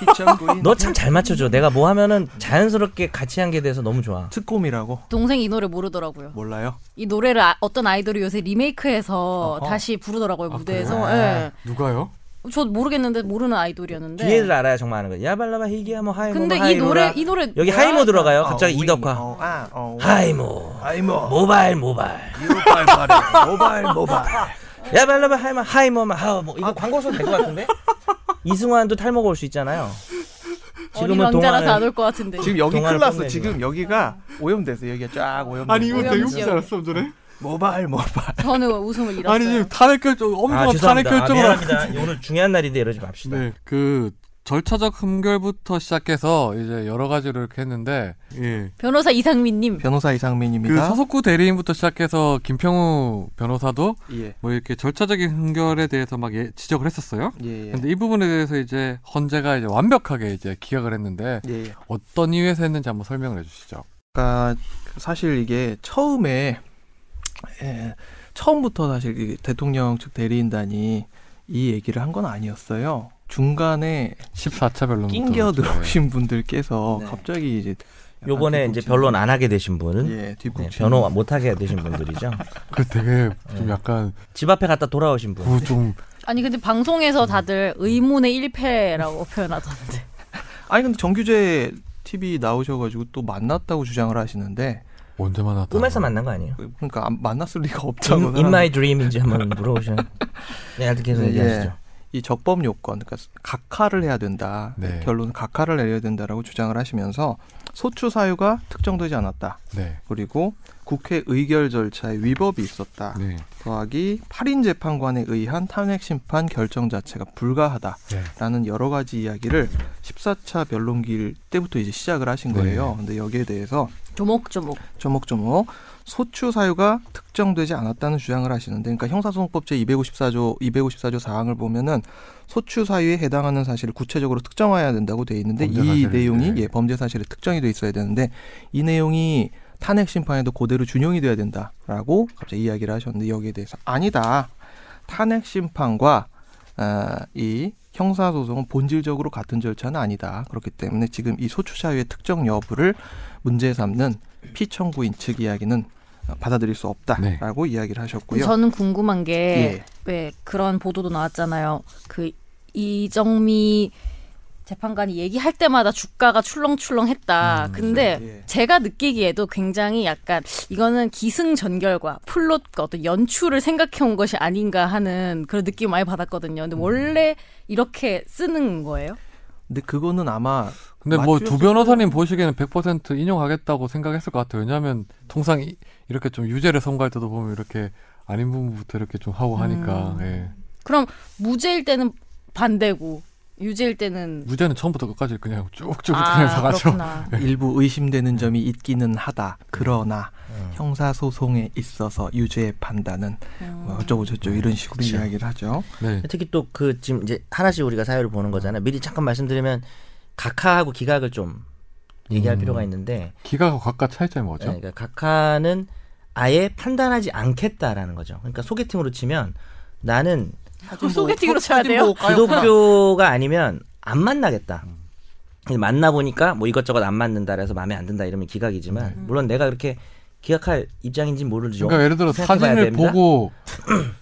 비참구인
너 참 잘 맞춰줘. 내가 뭐 하면은 자연스럽게 같이 한 게 돼서 너무 좋아.
특곰이라고
동생 이 노래 모르더라고요.
몰라요
이 노래를 아- 어떤 아이돌이 요새 리메이크해서
어허.
다시 부르더라고요
아,
무대에서.
그래요?
누가요?
예. 저 모르겠는데 모르는 아이돌이었는데.
뒤에를 알아야 정말 하는 거야. 야발라바 히기야 뭐 하이모.
네. 근데
뭐
이
하이로라.
노래 이 노래
여기
뭐야?
하이모 들어가요. 아, 갑자기 이덕화.
어, 아, 어,
하이모.
아이모 뭐.
모발 모발.
모발 발에 모발 모발
야발라바 하이모 하이모 마 하오 뭐 이거 광고소 될 것 같은데? [laughs] 이승환도 탈모가 올 수 있잖아요.
어린 왕자라서 안 올 것 같은데.
지금 여기
동화를
큰일 났어
뽐내,
지금 여기가 오염돼서 여기가 쫙
네.
오염돼
아니 이거 되게
오염지역.
웃기지 않았어 전에?
모발 모발
저는
[laughs]
웃음을 잃었어요.
아니 지금 탄핵 결정 엄청난
아
탄핵
죄송합니다. 아,
결정을 하-
미안합니다. 오늘 중요한 날인데 이러지 맙시다.
네. 그 절차적 흠결부터 시작해서 이제 여러 가지로 이렇게 했는데 예.
변호사 이상민님.
변호사
그
이상민입니다
서석구 대리인부터 시작해서 김평우 변호사도
예.
뭐 이렇게 절차적인 흠결에 대해서 막 예- 지적을 했었어요.
예, 예.
근데 이 부분에 대해서 이제 헌재가 이제 완벽하게 이제 기각을 했는데
예, 예.
어떤 이유에서 했는지 한번 설명을 해주시죠.
그러니까 사실 이게 처음에 예, 처음부터 사실 이 대통령 측 대리인단이 이 얘기를 한 건 아니었어요. 중간에
14차 변론부터 네.
낑겨 들어오신 분들께서
그렇죠. 네.
갑자기 이제
아,
요번에 이제 변론 안 하게 되신 분은
예,
네,
뒷북
변호 못 하게 되신 분들이죠.
그 되게 좀
예.
약간
집 앞에 갔다 돌아오신 분.
그좀
아니 근데 방송에서 다들 의문의 일패라고 [laughs] 표현하던데.
아니 근데 정규재 TV 나오셔가지고 또 만났다고 주장을 하시는데
언제
그
만났다.
꿈에서 만난 거
[laughs]
아니에요?
그러니까 안- 만났을 리가
인
없잖아요.
in my dream인지 한번 물어보셔요. 네, 하여튼 계속
네,
얘기하시죠.
이 적법 요건 그러니까 각하를 해야 된다.
네.
결론은 각하를 내려야 된다라고 주장을 하시면서 소추 사유가 특정되지 않았다.
네.
그리고 국회 의결 절차에 위법이 있었다.
네.
더하기 8인 재판관에 의한 탄핵 심판 결정 자체가 불가하다.
네.
라는 여러 가지 이야기를 14차 변론길 때부터 이제 시작을 하신
네.
거예요. 근데 여기에 대해서
조목조목.
조목조목 소추 사유가 특정되지 않았다는 주장을 하시는데 그러니까 형사소송법 제 254조 254조 사항을 보면은 소추 사유에 해당하는 사실을 구체적으로 특정해야 된다고 돼 있는데
범죄
이
사실,
내용이
네.
예 범죄 사실에 특정이 돼 있어야 되는데 이 내용이 탄핵 심판에도 그대로 준용이 돼야 된다라고 갑자기 이야기를 하셨는데 여기에 대해서 아니다 탄핵 심판과 아, 이 형사소송은 본질적으로 같은 절차는 아니다. 그렇기 때문에 지금 이 소추자유의 특정 여부를 문제 삼는 피청구인 측 이야기는 받아들일 수 없다라고 이야기를 하셨고요.
저는 네. 궁금한 게 왜
예.
그런 보도도 나왔잖아요. 그 이정미 재판관이 얘기할 때마다 주가가 출렁출렁했다. 근데
예.
제가 느끼기에도 굉장히 약간 이거는 기승전결과 플롯과 어떤 연출을 생각해 온 것이 아닌가 하는 그런 느낌 많이 받았거든요. 근데 원래 이렇게 쓰는 거예요?
근데 그거는 아마
근데 뭐 두
맞추셨을
변호사님 보시기에는 100% 인용하겠다고 생각했을 것 같아요. 왜냐하면 통상 이- 이렇게 좀 유죄를 선고할 때도 보면 이렇게 아닌 부분부터 이렇게 좀 하고 하니까
음.
예.
그럼 무죄일 때는 반대고 유죄일 때는
무죄는 처음부터 끝까지 그냥 쭉쭉 그냥
아
사가죠.
그렇구나.
일부 의심되는 점이 있기는 하다. 그러나 형사소송에 있어서 유죄의 판단은
음.
뭐 어쩌고 저쩌고 이런 식으로
그쵸.
이야기를 하죠.
네.
특히 또 그 지금 이제 하나씩 우리가 사회를 보는 거잖아요. 미리 잠깐 말씀드리면 각하하고 기각을 좀 얘기할 필요가 있는데
기가가 각각 차이점이 뭐죠?
네, 음. 그러니까 각하는 아예 판단하지 않겠다라는 거죠. 그러니까 소개팅으로 치면 나는
소개팅으로 쳐야 돼요?
뭐, 기독교가 아니면 안 만나겠다. 만나 보니까 뭐 이것저것 안 맞는다 그래서 마음에 안 든다 이러면 기각이지만 물론 내가 그렇게 기각할 입장인지 모르죠.
그러니까 예를 들어
생각해봐야
사진을
됩니다.
보고 [clears throat]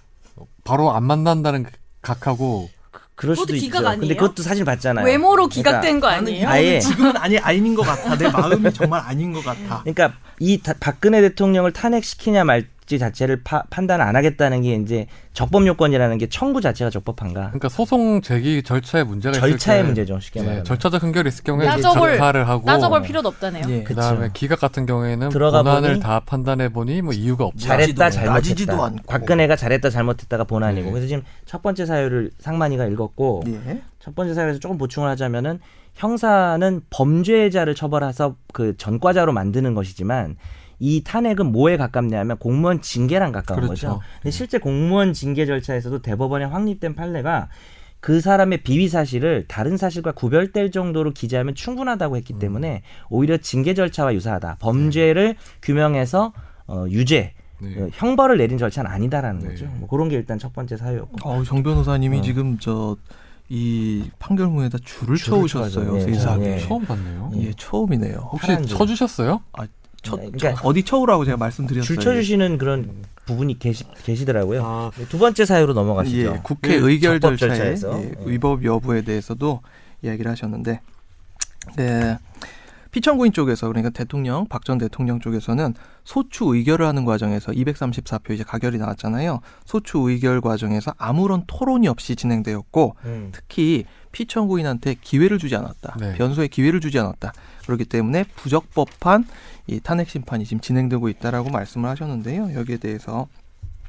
바로 안 만난다는 각하고
그럴 수도
그것도
있죠.
기각
근데
아니에요?
그것도 사진 봤잖아요.
외모로
그러니까
기각된 거 아니에요?
아예
지금은 아니 아닌 것 같아. 내 마음이 정말 아닌 것 같아.
그러니까 이 다- 박근혜 대통령을 탄핵시키냐 말지 자체를 파- 판단 안 하겠다는 게 이제 적법 요건이라는 게 청구 자체가 적법한가?
그러니까 소송 제기 절차에 문제가 있을
절차의
때
문제죠 쉽게
예,
말하면.
절차적 흥결이 있을 경우에
따져볼-
각하를 하고
따져볼 필요도 없다네요.
예.
그다음에
그쵸.
기각 같은 경우에는
그렇죠. 들어가
본안을
보니
다 판단해 보니 뭐 이유가 없다.
잘했다
낮이지도- 낮이지도
잘못했다.
않고.
박근혜가 잘했다 잘못했다가 본안이고
네.
그래서 지금 첫 번째 사유를 상만이가 읽었고
예.
첫 번째 사유에서 조금 보충을 하자면은 형사는 범죄자를 처벌해서 그 전과자로 만드는 것이지만 이 탄핵은 뭐에 가깝냐면 공무원 징계랑 가까운
그렇죠.
거죠. 근데 실제 공무원 징계 절차에서도 대법원에 확립된 판례가 그 사람의 비위 사실을 다른 사실과 구별될 정도로 기재하면 충분하다고 했기
음.
때문에 오히려 징계 절차와 유사하다. 범죄를 규명해서 어, 유죄,
네.
어, 형벌을 내린 절차는 아니다라는
네.
거죠. 뭐 그런 게 일단 첫 번째 사유였고.
어, 정
네.
변호사님이 지금 저 이 판결문에다 줄을
줄을
쳐오셨어요.
쳐가지고, 예,
세상에.
예.
처음 봤네요.
예, 처음이네요. 혹시
혹시
파란 줄.
쳐주셨어요?
쳐,
그러니까
쳐- 어디 쳐오라고 제가 말씀드렸어요.
줄 쳐주시는 그런 부분이 계시, 계시더라고요.
아.
네, 두 번째 사유로 넘어가시죠.
예, 국회
그
의결
적법
절차의
절차에서.
예,
예.
위법 여부에 대해서도 이야기를 하셨는데 예, 피청구인 쪽에서 그러니까 대통령 박 전 대통령 쪽에서는 소추 의결을 하는 과정에서 234표 이제 가결이 나왔잖아요. 소추 의결 과정에서 아무런 토론이 없이 진행되었고
음.
특히 피청구인한테 기회를 주지 않았다.
네.
변소에 기회를 주지 않았다. 그렇기 때문에 부적법한 이 탄핵 심판이 지금 진행되고 있다라고 말씀을 하셨는데요. 여기에 대해서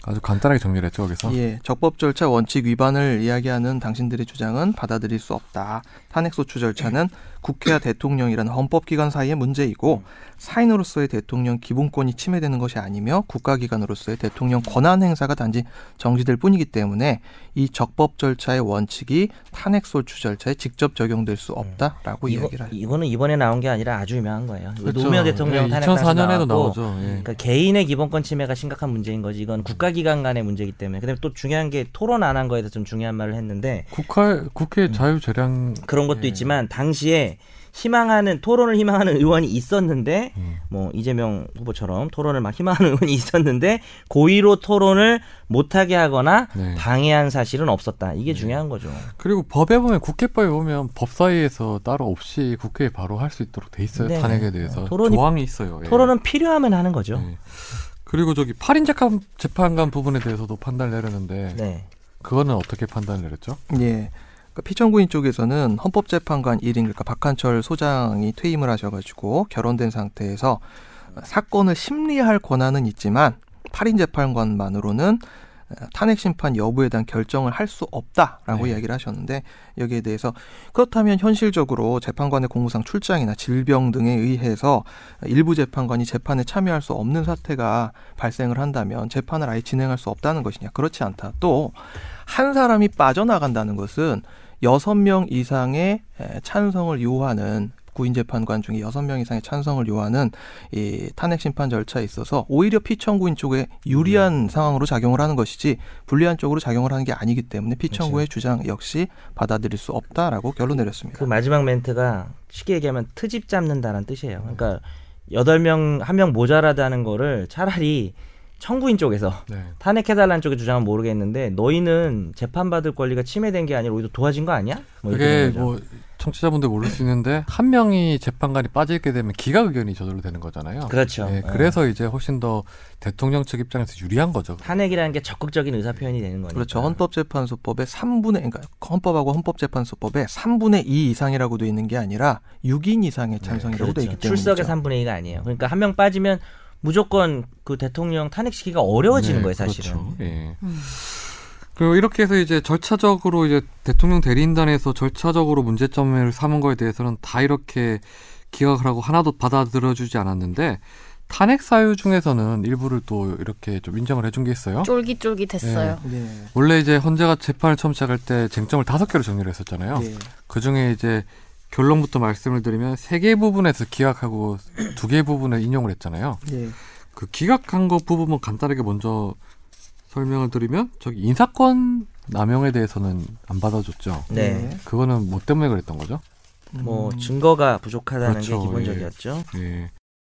아주 간단하게 정리를 했죠 거기서.
예, 적법 절차 원칙 위반을 이야기하는 당신들의 주장은 받아들일 수 없다. 탄핵 소추
[laughs]
절차는 국회와 대통령이라는 헌법기관 사이의
음.
문제이고 사인으로서의 대통령 기본권이 침해되는 것이 아니며 국가기관으로서의 대통령 권한 행사가 단지 정지될 뿐이기 때문에 이 적법 절차의 원칙이 탄핵 소추 절차에 직접 적용될 수 없다라고
음. 이거,
이야기를 하죠. 네,
이거는 이번에 나온 게 아니라 아주 유명한 거예요. 이거
그렇죠.
노무현 대통령
예,
탄핵 당시
2004년에도
나왔고,
나오죠. 예.
그러니까 개인의 기본권 침해가 심각한 문제인 거지. 이건 국가기관 간의 문제이기 때문에. 그다음에 또 중요한 게 토론 안 한 거에 대해서 좀 중요한 말을 했는데
국회
음.
국회 자유재량
그런 것도
예.
있지만 당시에 희망하는 토론을 희망하는 의원이 있었는데
예.
뭐 이재명 후보처럼 토론을 막 희망하는 [laughs] 의원이 있었는데 고의로 토론을 못하게 하거나
네.
방해한 사실은 없었다. 이게 중요한 거죠.
그리고 법에 보면 국회법에 보면 법사위에서 따로 없이 국회에 바로 할 수 있도록 돼 있어요
네.
탄핵에 대해서
토론이-
조항이 있어요. 예.
토론은 필요하면 하는 거죠.
예. 그리고 저기 8인 재판 재판관 부분에 대해서도 판단을 내렸는데
네.
그거는 어떻게 판단을 내렸죠?
예. 그러니까 피청구인 쪽에서는 헌법재판관 1인 그러니까 박한철 소장이 퇴임을 하셔가지고 결혼된 상태에서 사건을 심리할 권한은 있지만 8인 재판관만으로는 어, 탄핵 심판 여부에 대한 결정을 할 수 없다라고
네.
이야기를 하셨는데 여기에 대해서 그렇다면 현실적으로 재판관의 공무상 출장이나 질병 등에 의해서 일부 재판관이 재판에 참여할 수 없는 사태가 발생을 한다면 재판을 아예 진행할 수 없다는 것이냐 그렇지 않다 또 한 사람이 빠져나간다는 것은 여섯 명 이상의 에, 찬성을 요하는 구인 재판관 중에 여섯 명 이상의 찬성을 요하는 이 탄핵 심판 절차에 있어서 오히려 피청구인 쪽에 유리한 상황으로 작용을 하는 것이지 불리한 쪽으로 작용을 하는 게 아니기 때문에 피청구의 주장 역시 받아들일 수 없다라고 결론 내렸습니다.
그 마지막 멘트가 쉽게 얘기하면 트집 잡는다는 뜻이에요. 그러니까 여덟 명 한 명 모자라다는 거를 차라리 청구인 쪽에서
네.
탄핵해달라는 쪽의 주장은 모르겠는데 너희는 재판받을 권리가 침해된 게 아니라 오히려 도와진 거 아니야? 뭐 이렇게
그게
되는 거죠.
뭐 청취자분들 모를 수 있는데 한 명이 재판관이 빠지게 되면 기각 의견이 저절로 되는 거잖아요.
그렇죠.
예,
예.
그래서 이제 훨씬 더 대통령 측 입장에서 유리한 거죠.
탄핵이라는 게 적극적인 의사 표현이 되는 거니까.
그렇죠. 헌법재판소법의 3분의 그러니까 헌법하고 헌법재판소법의 3분의 2 이상이라고 돼 있는 게 아니라 6인 이상의 찬성이라고
그렇죠.
돼 있기 때문에
출석의 3분의 2가 아니에요. 그러니까 한 명 빠지면 무조건 그 대통령 탄핵시키기가 어려워지는
네,
거예요, 사실은.
그렇죠. 예.
음.
그리고 이렇게 해서 이제 절차적으로 이제 대통령 대리인단에서 절차적으로 문제점을 삼은 거에 대해서는 다 이렇게 기각을 하고 하나도 받아들여주지 않았는데 탄핵 사유 중에서는 일부를 또 이렇게 좀 인정을 해준 게 있어요.
쫄깃쫄깃했어요.
네.
원래 이제 헌재가 재판을 처음 시작할 때 쟁점을 다섯 개로 정리를
네.
했었잖아요.
예.
그 중에 이제 결론부터 말씀을 드리면 세 개 부분에서 기각하고 두 개 부분을 인용을 했잖아요.
예.
그 기각한 것 부분만 간단하게 먼저 설명을 드리면 저기 인사권 남용에 대해서는 안 받아줬죠.
예.
네.
그거는 뭐 때문에 그랬던 거죠?
네. 음.
뭐 증거가 부족하다는
그렇죠,
게 기본적이었죠.
예.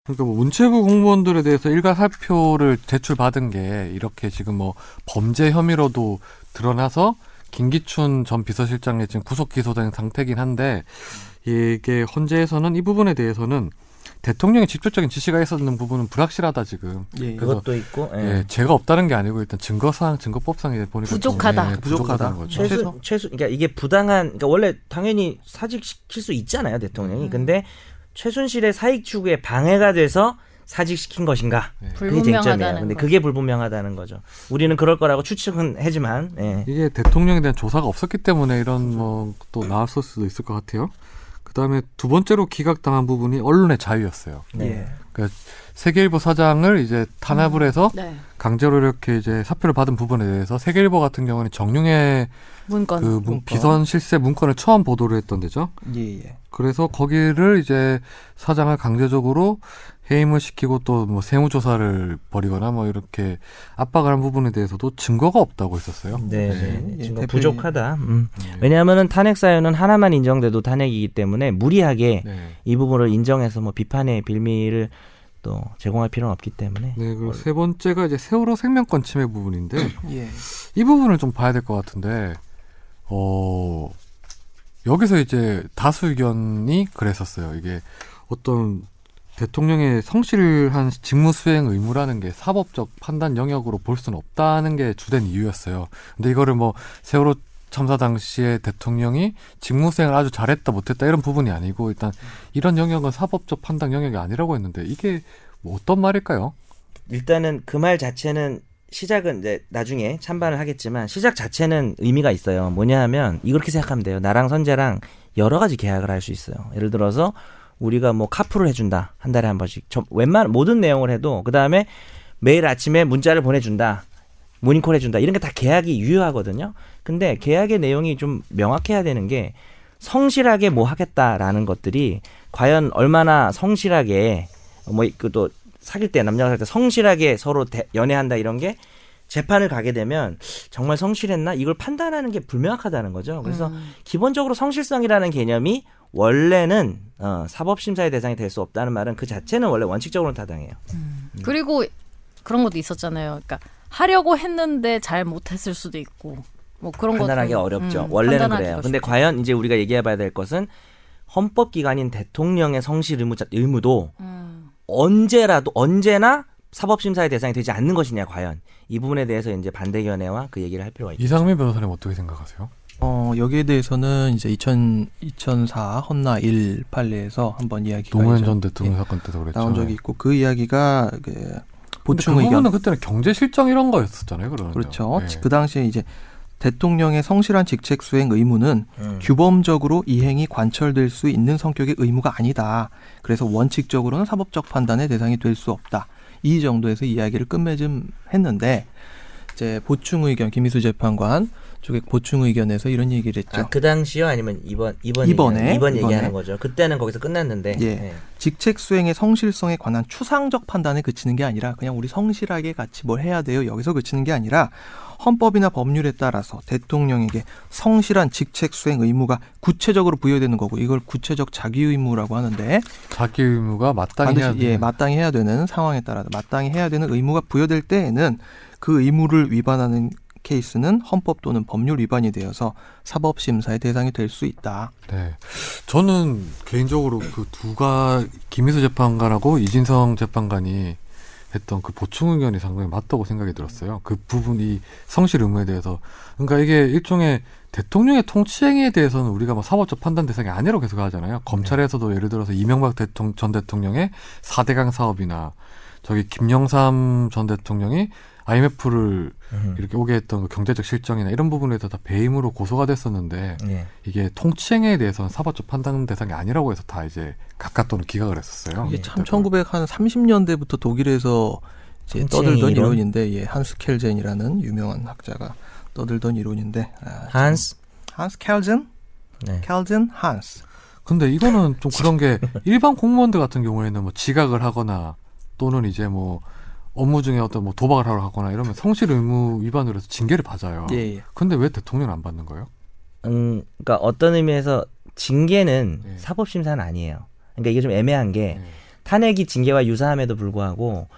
그러니까 뭐 문체부 공무원들에 대해서 일괄 사표를 제출받은 게 이렇게 지금 뭐 범죄 혐의로도 드러나서 김기춘 전 비서실장이 지금 구속 기소된 상태긴 한데 이게 헌재에서는 이 부분에 대해서는 대통령의 직접적인 지시가 있었는 부분은 불확실하다 지금
예.
그래서-
그것도 있고 예.
예, 죄가 없다는 게 아니고 일단 증거상 증거법상 이제 보니까 좀,
부족하다.
예, 부족하다는 거죠.
최소
최소?
최소 그러니까 이게 부당한 그러니까 원래 당연히 사직 시킬 수 있잖아요 대통령이
음.
근데 최순실의 사익 추구에 방해가 돼서 사직 시킨 것인가 그게 쟁점이에요.
불분명하다는
근데
거.
그게 불분명하다는 거죠. 우리는 그럴 거라고 추측은 하지만 예.
이게 대통령에 대한 조사가 없었기 때문에 이런 뭐 또 나왔을 수도 있을 것 같아요. 그다음에 두 번째로 기각당한 부분이 언론의 자유였어요.
네.
예.
세계일보 사장을 이제 탄압을 해서
네.
강제로 이렇게 이제 사표를 받은 부분에 대해서 세계일보 같은 경우는 정용의
문건.
그 문-
문건.
비선 실세 문건을 처음 보도를 했던 데죠.
예, 예.
그래서 거기를 이제 사장을 강제적으로 해임을 시키고 또 뭐 세무조사를 벌이거나 뭐 이렇게 압박을 한 부분에 대해서도 증거가 없다고 했었어요.
네,
네.
네.
예,
증거
대표님.
부족하다. 음. 왜냐하면은 탄핵 사유는 하나만 인정돼도 탄핵이기 때문에 무리하게
네.
이 부분을 인정해서 뭐 비판의 빌미를 또 제공할 필요는 없기 때문에
네, 그리고 세 번째가 이제 세월호 생명권 침해 부분인데
예.
이 부분을 좀 봐야 될 것 같은데 어 여기서 이제 다수 의견이 그랬었어요. 이게 어떤 대통령의 성실한 직무 수행 의무라는 게 사법적 판단 영역으로 볼 수는 없다는 게 주된 이유였어요. 근데 이거를 뭐 세월호 참사 당시에 대통령이 직무 수행을 아주 잘했다 못했다 이런 부분이 아니고 일단 이런 영역은 사법적 판단 영역이 아니라고 했는데 이게 뭐 어떤 말일까요?
일단은 그 말 자체는 시작은 이제 나중에 찬반을 하겠지만 시작 자체는 의미가 있어요. 뭐냐 하면 이렇게 생각하면 돼요. 나랑 선재랑 여러 가지 계약을 할 수 있어요. 예를 들어서 우리가 뭐 카풀을 해준다 한 달에 한 번씩 저 웬만 모든 내용을 해도 그 다음에 매일 아침에 문자를 보내준다 모닝콜 해준다 이런 게 다 계약이 유효하거든요. 근데 계약의 내용이 좀 명확해야 되는 게 성실하게 뭐 하겠다라는 것들이 과연 얼마나 성실하게 뭐그또 사귈 때 남녀가 사귈 때 성실하게 서로 대- 연애한다 이런 게 재판을 가게 되면 정말 성실했나 이걸 판단하는 게 불명확하다는 거죠. 그래서 기본적으로 성실성이라는 개념이 원래는 어, 사법심사의 대상이 될 수 없다는 말은 그 자체는 원래 원칙적으로는 타당해요.
그리고 그런 것도 있었잖아요. 그러니까 하려고 했는데 잘 못했을 수도 있고 뭐 그런 음, 것
판단하기 어렵죠. 원래는 그래요. 근데 과연 이제 우리가 얘기해봐야 될 것은
음.
헌법기관인 대통령의 성실 의무, 자- 의무도 언제라도 언제나 사법심사의 대상이 되지 않는 것이냐 과연 이 부분에 대해서 이제 반대견해와 그 얘기를 할 필요가 있죠.
이상민 변호사님 어떻게 생각하세요?
어, 여기에 대해서는 이제 2000, 2004 헌나 1 판례에서 한번 이야기가
노무현
이제 예,
전 대통령 네. 사건 때도 그랬죠.
나온 적이 있고 그 이야기가 그
근데
보충
그
의견
부분은 그때는 경제 실정 이런 거였었잖아요. 그러면 예.
그렇죠. 그 당시에 이제 대통령의 성실한 직책 수행 의무는
음.
규범적으로 이행이 관철될 수 있는 성격의 의무가 아니다. 그래서 원칙적으로는 사법적 판단의 대상이 될 수 없다. 이 정도에서 이야기를 끝맺음 했는데 이제 보충 의견 김희수 재판관 쪽에 보충 의견에서 이런 얘기를 했죠.
아, 그 당시요 아니면 이번 이번
이번에,
얘기하는- 이번 얘기하는
이번에.
거죠. 그때는 거기서 끝났는데.
예.
네.
직책 수행의 성실성에 관한 추상적 판단에 그치는 게 아니라 그냥 우리 성실하게 같이 뭘 해야 돼요 여기서 그치는 게 아니라 헌법이나 법률에 따라서 대통령에게 성실한 직책 수행 의무가 구체적으로 부여되는 거고 이걸 구체적 자기 의무라고 하는데
자기 의무가 마땅히 해야
반드시 예,
되는
마땅히 해야 되는 상황에 따라 마땅히 해야 되는 의무가 부여될 때에는 그 의무를 위반하는 케이스는 헌법 또는 법률 위반이 되어서 사법 심사의 대상이 될 수 있다.
네. 저는 개인적으로 그 두가 김희수 재판관하고 이진성 재판관이 했던 그 보충 의견이 상당히 맞다고 생각이 들었어요. 그 부분이 성실 의무에 대해서. 그러니까 이게 일종의 대통령의 통치행위에 대해서는 우리가 뭐 사법적 판단 대상이 아니라고 계속 하잖아요. 검찰에서도 예를 들어서 이명박 대통령, 전 대통령의 4대강 사업이나 저기 김영삼 전 대통령이 IMF를
음.
이렇게 오게 했던 그 경제적 실정이나 이런 부분에서 다 배임으로 고소가 됐었는데
예.
이게 통치행위에 대해서는 사법적 판단 대상이 아니라고 해서 다 이제 각각 또는 기각을 했었어요.
이게 참 1930년대부터 독일에서 이제
통치행
떠들던
이론?
이론? 인데 예, 한스 켈젠이라는 유명한 학자가 떠들던 이론인데 아,
한스.
한스 켈젠,
네.
켈젠 한스.
근데 이거는 좀 그런
[laughs]
게 일반 공무원들 같은 경우에는 뭐 지각을 하거나 또는 이제 뭐 업무 중에 어떤 뭐 도박을 하러 가거나 이러면 성실 의무 위반으로 해서 징계를 받아요.
예, 예.
근데 왜 대통령은 안 받는 거예요?
음, 그러니까 어떤 의미에서 징계는
예.
사법심사는 아니에요. 그러니까 이게 좀 애매한 게
예.
탄핵이 징계와 유사함에도 불구하고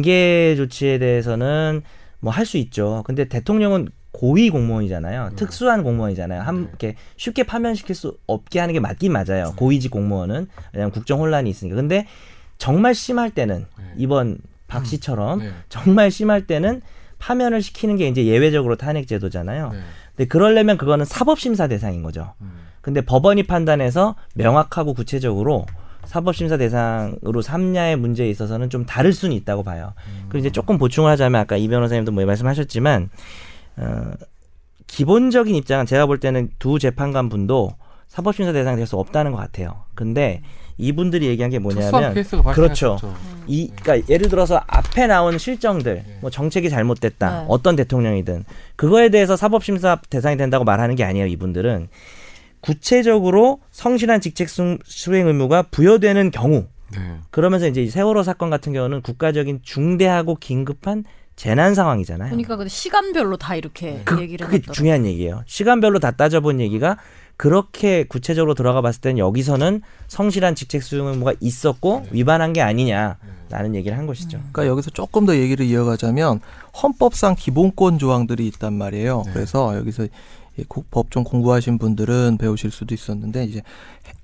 징계 조치에 대해서는 뭐 할 수 있죠. 근데 대통령은 고위 공무원이잖아요.
네.
특수한 공무원이잖아요. 한
네.
이렇게 쉽게 파면시킬 수 없게 하는 게 맞긴 맞아요. 고위직 공무원은 왜냐면 국정 혼란이 있으니까. 근데 정말 심할 때는
네.
이번 박 씨처럼
네.
정말 심할 때는 파면을 시키는 게 이제 예외적으로 탄핵 제도잖아요.
네.
근데 그러려면 그거는 사법 심사 대상인 거죠.
음.
근데 법원이 판단해서 명확하고 구체적으로 사법심사 대상으로 삼냐의 문제에 있어서는 좀 다를 수는 있다고 봐요. 그리고 이제 조금 보충을 하자면 아까 이 변호사님도 뭐 말씀하셨지만 어, 기본적인 입장은 제가 볼 때는 두 재판관 분도 사법심사 대상이 될 수 없다는 것 같아요. 근데 이분들이 얘기한 게
특수한
뭐냐면
케이스가
그렇죠.
발생했었죠.
이, 그러니까 예를 들어서 앞에 나온 실정들, 뭐 정책이 잘못됐다,
네.
어떤 대통령이든 그거에 대해서 사법심사 대상이 된다고 말하는 게 아니에요. 이분들은 구체적으로 성실한 직책 수- 수행 의무가 부여되는 경우,
네.
그러면서 이제 이 세월호 사건 같은 경우는 국가적인 중대하고 긴급한 재난 상황이잖아요.
보니까 근데 시간별로 다 이렇게
그,
그러니까 얘기를
그게
했더라고요.
중요한 얘기예요. 시간별로 다 따져본 얘기가 그렇게 구체적으로 들어가 봤을 때는 여기서는 성실한 직책 수행 의무가 있었고 위반한 게 아니냐라는 얘기를 한 것이죠.
음.
그러니까 여기서 조금 더 얘기를 이어가자면 헌법상 기본권 조항들이 있단 말이에요.
네.
그래서 여기서 이 고- 법 좀 공부하신 분들은 배우실 수도 있었는데 이제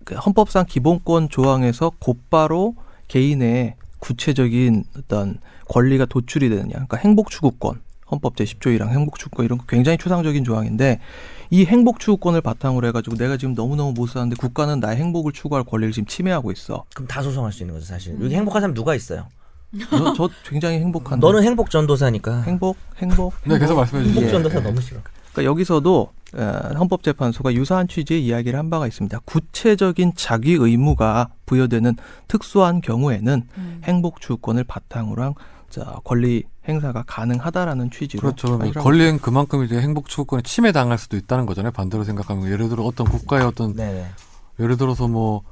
그 헌법상 기본권 조항에서 곧바로 개인의 구체적인 어떤 권리가 도출이 되느냐. 그러니까 행복 추구권. 헌법 제10조이랑 행복 추구권 이런 거 굉장히 추상적인 조항인데 이 행복 추구권을 바탕으로 해 가지고 내가 지금 너무너무 못 사는데 국가는 나의 행복을 추구할 권리를 지금 침해하고 있어.
그럼 다 소송할 수 있는 거죠 사실. 여기 행복한 사람 누가 있어요?
너, 저 굉장히 행복한데.
너는 음. 행복 전도사니까. 예.
행복, 행복.
네, 계속 말씀해
행복
주세요.
전도사 너무 싫어.
그러니까 여기서도 어, 헌법재판소가 유사한 취지의 이야기를 한 바가 있습니다. 구체적인 자기 의무가 부여되는 특수한 경우에는 행복 주권을 바탕으로 한 자, 권리 행사가 가능하다라는 취지로
그렇죠.
이라고-
권리는 그만큼 이제 행복 추구권이 침해당할 수도 있다는 거잖아요. 반대로 생각하면 예를 들어 어떤 국가의 어떤
네네.
예를 들어서 뭐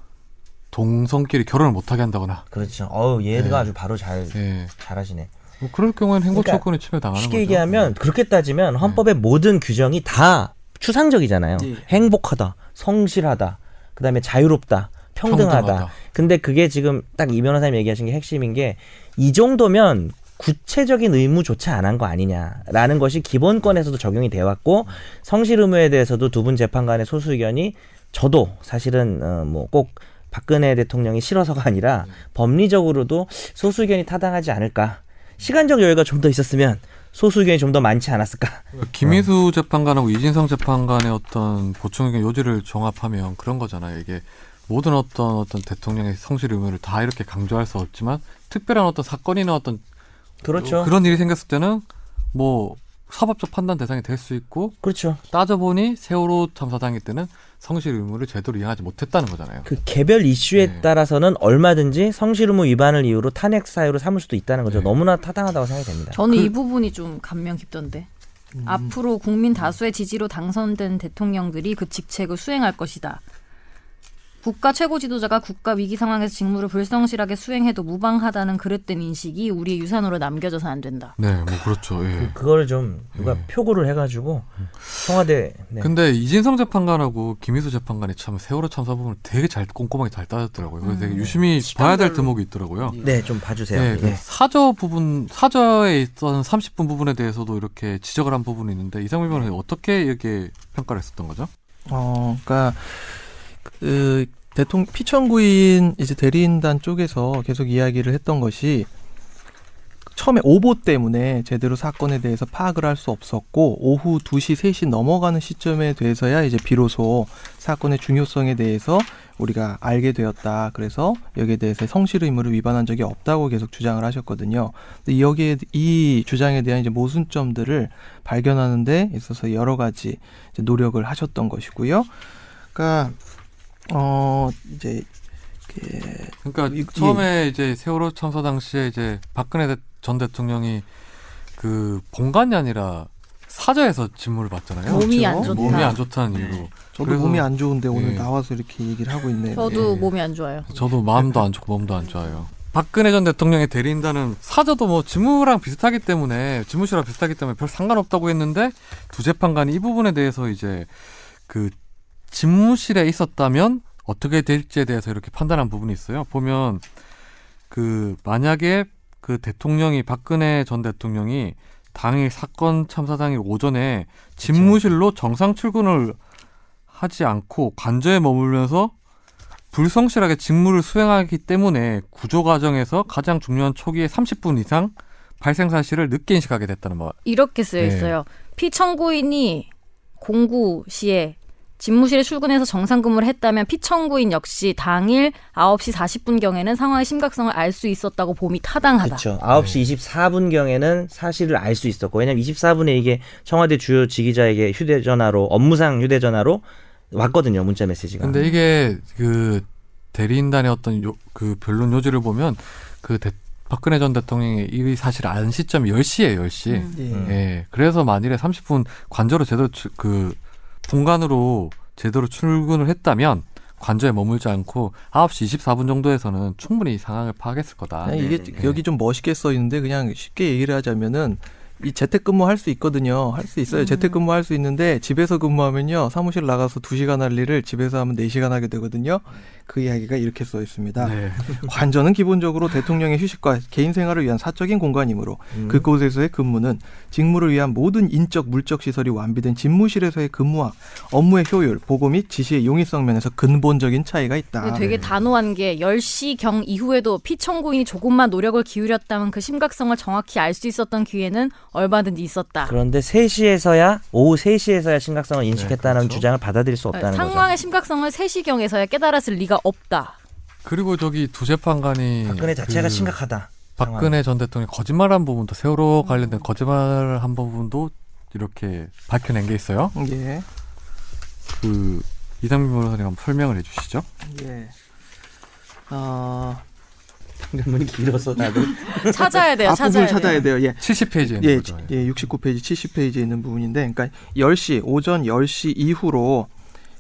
동성끼리 결혼을 못하게 한다거나
그렇죠. 어우 얘가
네.
아주 바로 잘
예
잘하시네.
뭐 그럴 경우에는 행복
그러니까
조건이 침해당하는
쉽게
거죠.
얘기하면 그렇게 따지면 헌법의 모든 규정이 다 추상적이잖아요.
예.
행복하다, 성실하다, 그다음에 자유롭다, 평등하다.
평등하다.
근데 그게 지금 딱 이 변호사님 얘기하신 게 핵심인 게 이 정도면 구체적인 의무조차 안 한 거 아니냐라는 것이 기본권에서도 적용이 돼 왔고 성실 의무에 대해서도 두 분 재판관의 소수 의견이 저도 사실은 어, 뭐꼭 박근혜 대통령이 싫어서가 아니라 법리적으로도 소수 의견이 타당하지 않을까. 시간적 여유가 좀 더 있었으면 소수 의견이 좀 더 많지 않았을까.
그러니까 김희수 재판관하고 이진성 재판관의 어떤 보충 의견 요지를 종합하면 그런 거잖아요. 이게 모든 어떤 어떤 대통령의 성실 의무를 다 이렇게 강조할 수 없지만 특별한 어떤 사건이나 어떤
그렇죠.
그런 일이 생겼을 때는 뭐 사법적 판단 대상이 될 수 있고
그렇죠.
따져보니 세월호 참사당일 때는 성실 의무를 제대로 이행하지 못했다는 거잖아요.
그 개별 이슈에
네.
따라서는 얼마든지 성실의무 위반을 이유로 탄핵 사유로 삼을 수도 있다는 거죠.
네.
너무나 타당하다고 생각이 됩니다.
저는
그
이 부분이 좀 감명 깊던데.
음.
앞으로 국민 다수의 지지로 당선된 대통령들이 그 직책을 수행할 것이다. 국가 최고 지도자가 국가 위기 상황에서 직무를 불성실하게 수행해도 무방하다는 그릇된 인식이 우리의 유산으로 남겨져서 안 된다.
네, 뭐 그렇죠. 예.
그거를 좀 누가 표고를 해가지고 청와대
음.
네.
근데 이진성 재판관하고 김희수 재판관이 참 세월호 참사 부분을 되게 잘 꼼꼼하게 잘 따졌더라고요. 그래서 되게 유심히 봐야 될 음, 대목이 있더라고요.
네, 좀 봐주세요.
네, 그
네.
사저 부분 사저에 있던 30분 부분에 대해서도 이렇게 지적을 한 부분이 있는데 이상민 변호사님 어떻게 이렇게 평가를 했었던 거죠?
어, 그러니까 그 대통령 피청구인 이제 대리인단 쪽에서 계속 이야기를 했던 것이 처음에 오보 때문에 제대로 사건에 대해서 파악을 할 수 없었고 오후 2시 3시 넘어가는 시점에 대해서야 이제 비로소 사건의 중요성에 대해서 우리가 알게 되었다. 그래서 여기에 대해서 성실 의무를 위반한 적이 없다고 계속 주장을 하셨거든요. 근데 여기에 이 주장에 대한 이제 모순점들을 발견하는 데 있어서 여러 가지 이제 노력을 하셨던 것이고요. 그러니까 어 이제 이렇게
그러니까
이- 예.
처음에 이제 세월호 참사 당시에 이제 박근혜 대- 전 대통령이 그 본관이 아니라 사저에서 직무를 받잖아요.
몸이
그렇죠.
안 좋다.
네, 몸이 안 좋다는 이유로
저도
그래서-
몸이 안 좋은데 오늘
예.
나와서 이렇게 얘기를 하고 있네요.
저도
예.
몸이 안 좋아요.
저도 마음도 안 좋고 몸도 안 좋아요. 박근혜 전 대통령의 대리인단은 사저도 뭐 직무랑 비슷하기 때문에 직무실랑 비슷하기 때문에 별 상관없다고 했는데 두 재판관이 이 부분에 대해서 이제 그 집무실에 있었다면 어떻게 될지에 대해서 이렇게 판단한 부분이 있어요. 보면 그 만약에 그 대통령이 박근혜 전 대통령이 당일 사건 참사 당일 오전에 집무실로 정상 출근을 하지 않고 관저에 머물면서 불성실하게 직무를 수행하기 때문에 구조 과정에서 가장 중요한 초기에 30분 이상 발생 사실을 늦게 인식하게 됐다는 말.
이렇게 쓰여
네.
있어요. 피청구인이 공구 시에 집무실에 출근해서 정상 근무를 했다면 피청구인 역시 당일 9시 40분 경에는 상황의 심각성을 알 수 있었다고 봄이 타당하다.
네.
그렇죠. 9시 24분 경에는 사실을 알 수 있었고 왜냐면 24분에 이게 청와대 주요 지기자에게 휴대전화로 업무상 휴대전화로 왔거든요 문자 메시지가.
근데 이게 그 대리인단의 어떤 요, 그 변론 요지를 보면 그 대, 박근혜 전 대통령이 이 사실 안 시점이 10시예요, 10시.
음.
예.
음.
예. 그래서 만일에 30분 관저로 제대로 출- 그 본관으로 제대로 출근을 했다면 관저에 머물지 않고 9시 24분 정도에서는 충분히 상황을 파악했을 거다.
그냥 이게
네네네.
여기 좀 멋있게 써 있는데 그냥 쉽게 얘기를 하자면은 이 재택근무 할 수 있거든요. 할 수
음.
있어요. 재택근무 할 수 있는데 집에서 근무하면요. 사무실 나가서 2시간 할 일을 집에서 하면 4시간 하게 되거든요. 그 이야기가 이렇게 써 있습니다.
네.
관저는 기본적으로 대통령의 휴식과 개인 생활을 위한 사적인 공간이므로
음.
그곳에서의 근무는 직무를 위한 모든 인적 물적 시설이 완비된 집무실에서의 근무와 업무의 효율, 보고 및 지시의 용이성 면에서 근본적인 차이가 있다.
근데 되게 단호한 게 10시 경 이후에도 피청구인이 조금만 노력을 기울였다면 그 심각성을 정확히 알 수 있었던 기회는 얼마든지 있었다.
그런데 3시에서야 오후 3시에서야 심각성을 인식했다는
그렇죠.
주장을 받아들일 수 없다는
네, 상황의 심각성을 3시 경에서야 깨달았을 리가 없다.
그리고 저기 두 재판관이
거죠. 박근혜 자체가
그
심각하다.
박근혜 전 대통령이 거짓말한 부분도
음.
세월호 관련된 거짓말한 부분도 이렇게 밝혀낸 게 있어요.
예.
그 이상민 변호사님 한번 설명을 해주시죠.
예. 어,
문 길어서 나도
네, 찾아야 돼요.
앞부분을
찾아야,
[laughs] 찾아야
돼요.
돼요. 예.
70페이지에 있는
예,
거죠. 예.
예, 69페이지, 70페이지에 있는 부분인데, 그러니까 10시, 오전 10시 이후로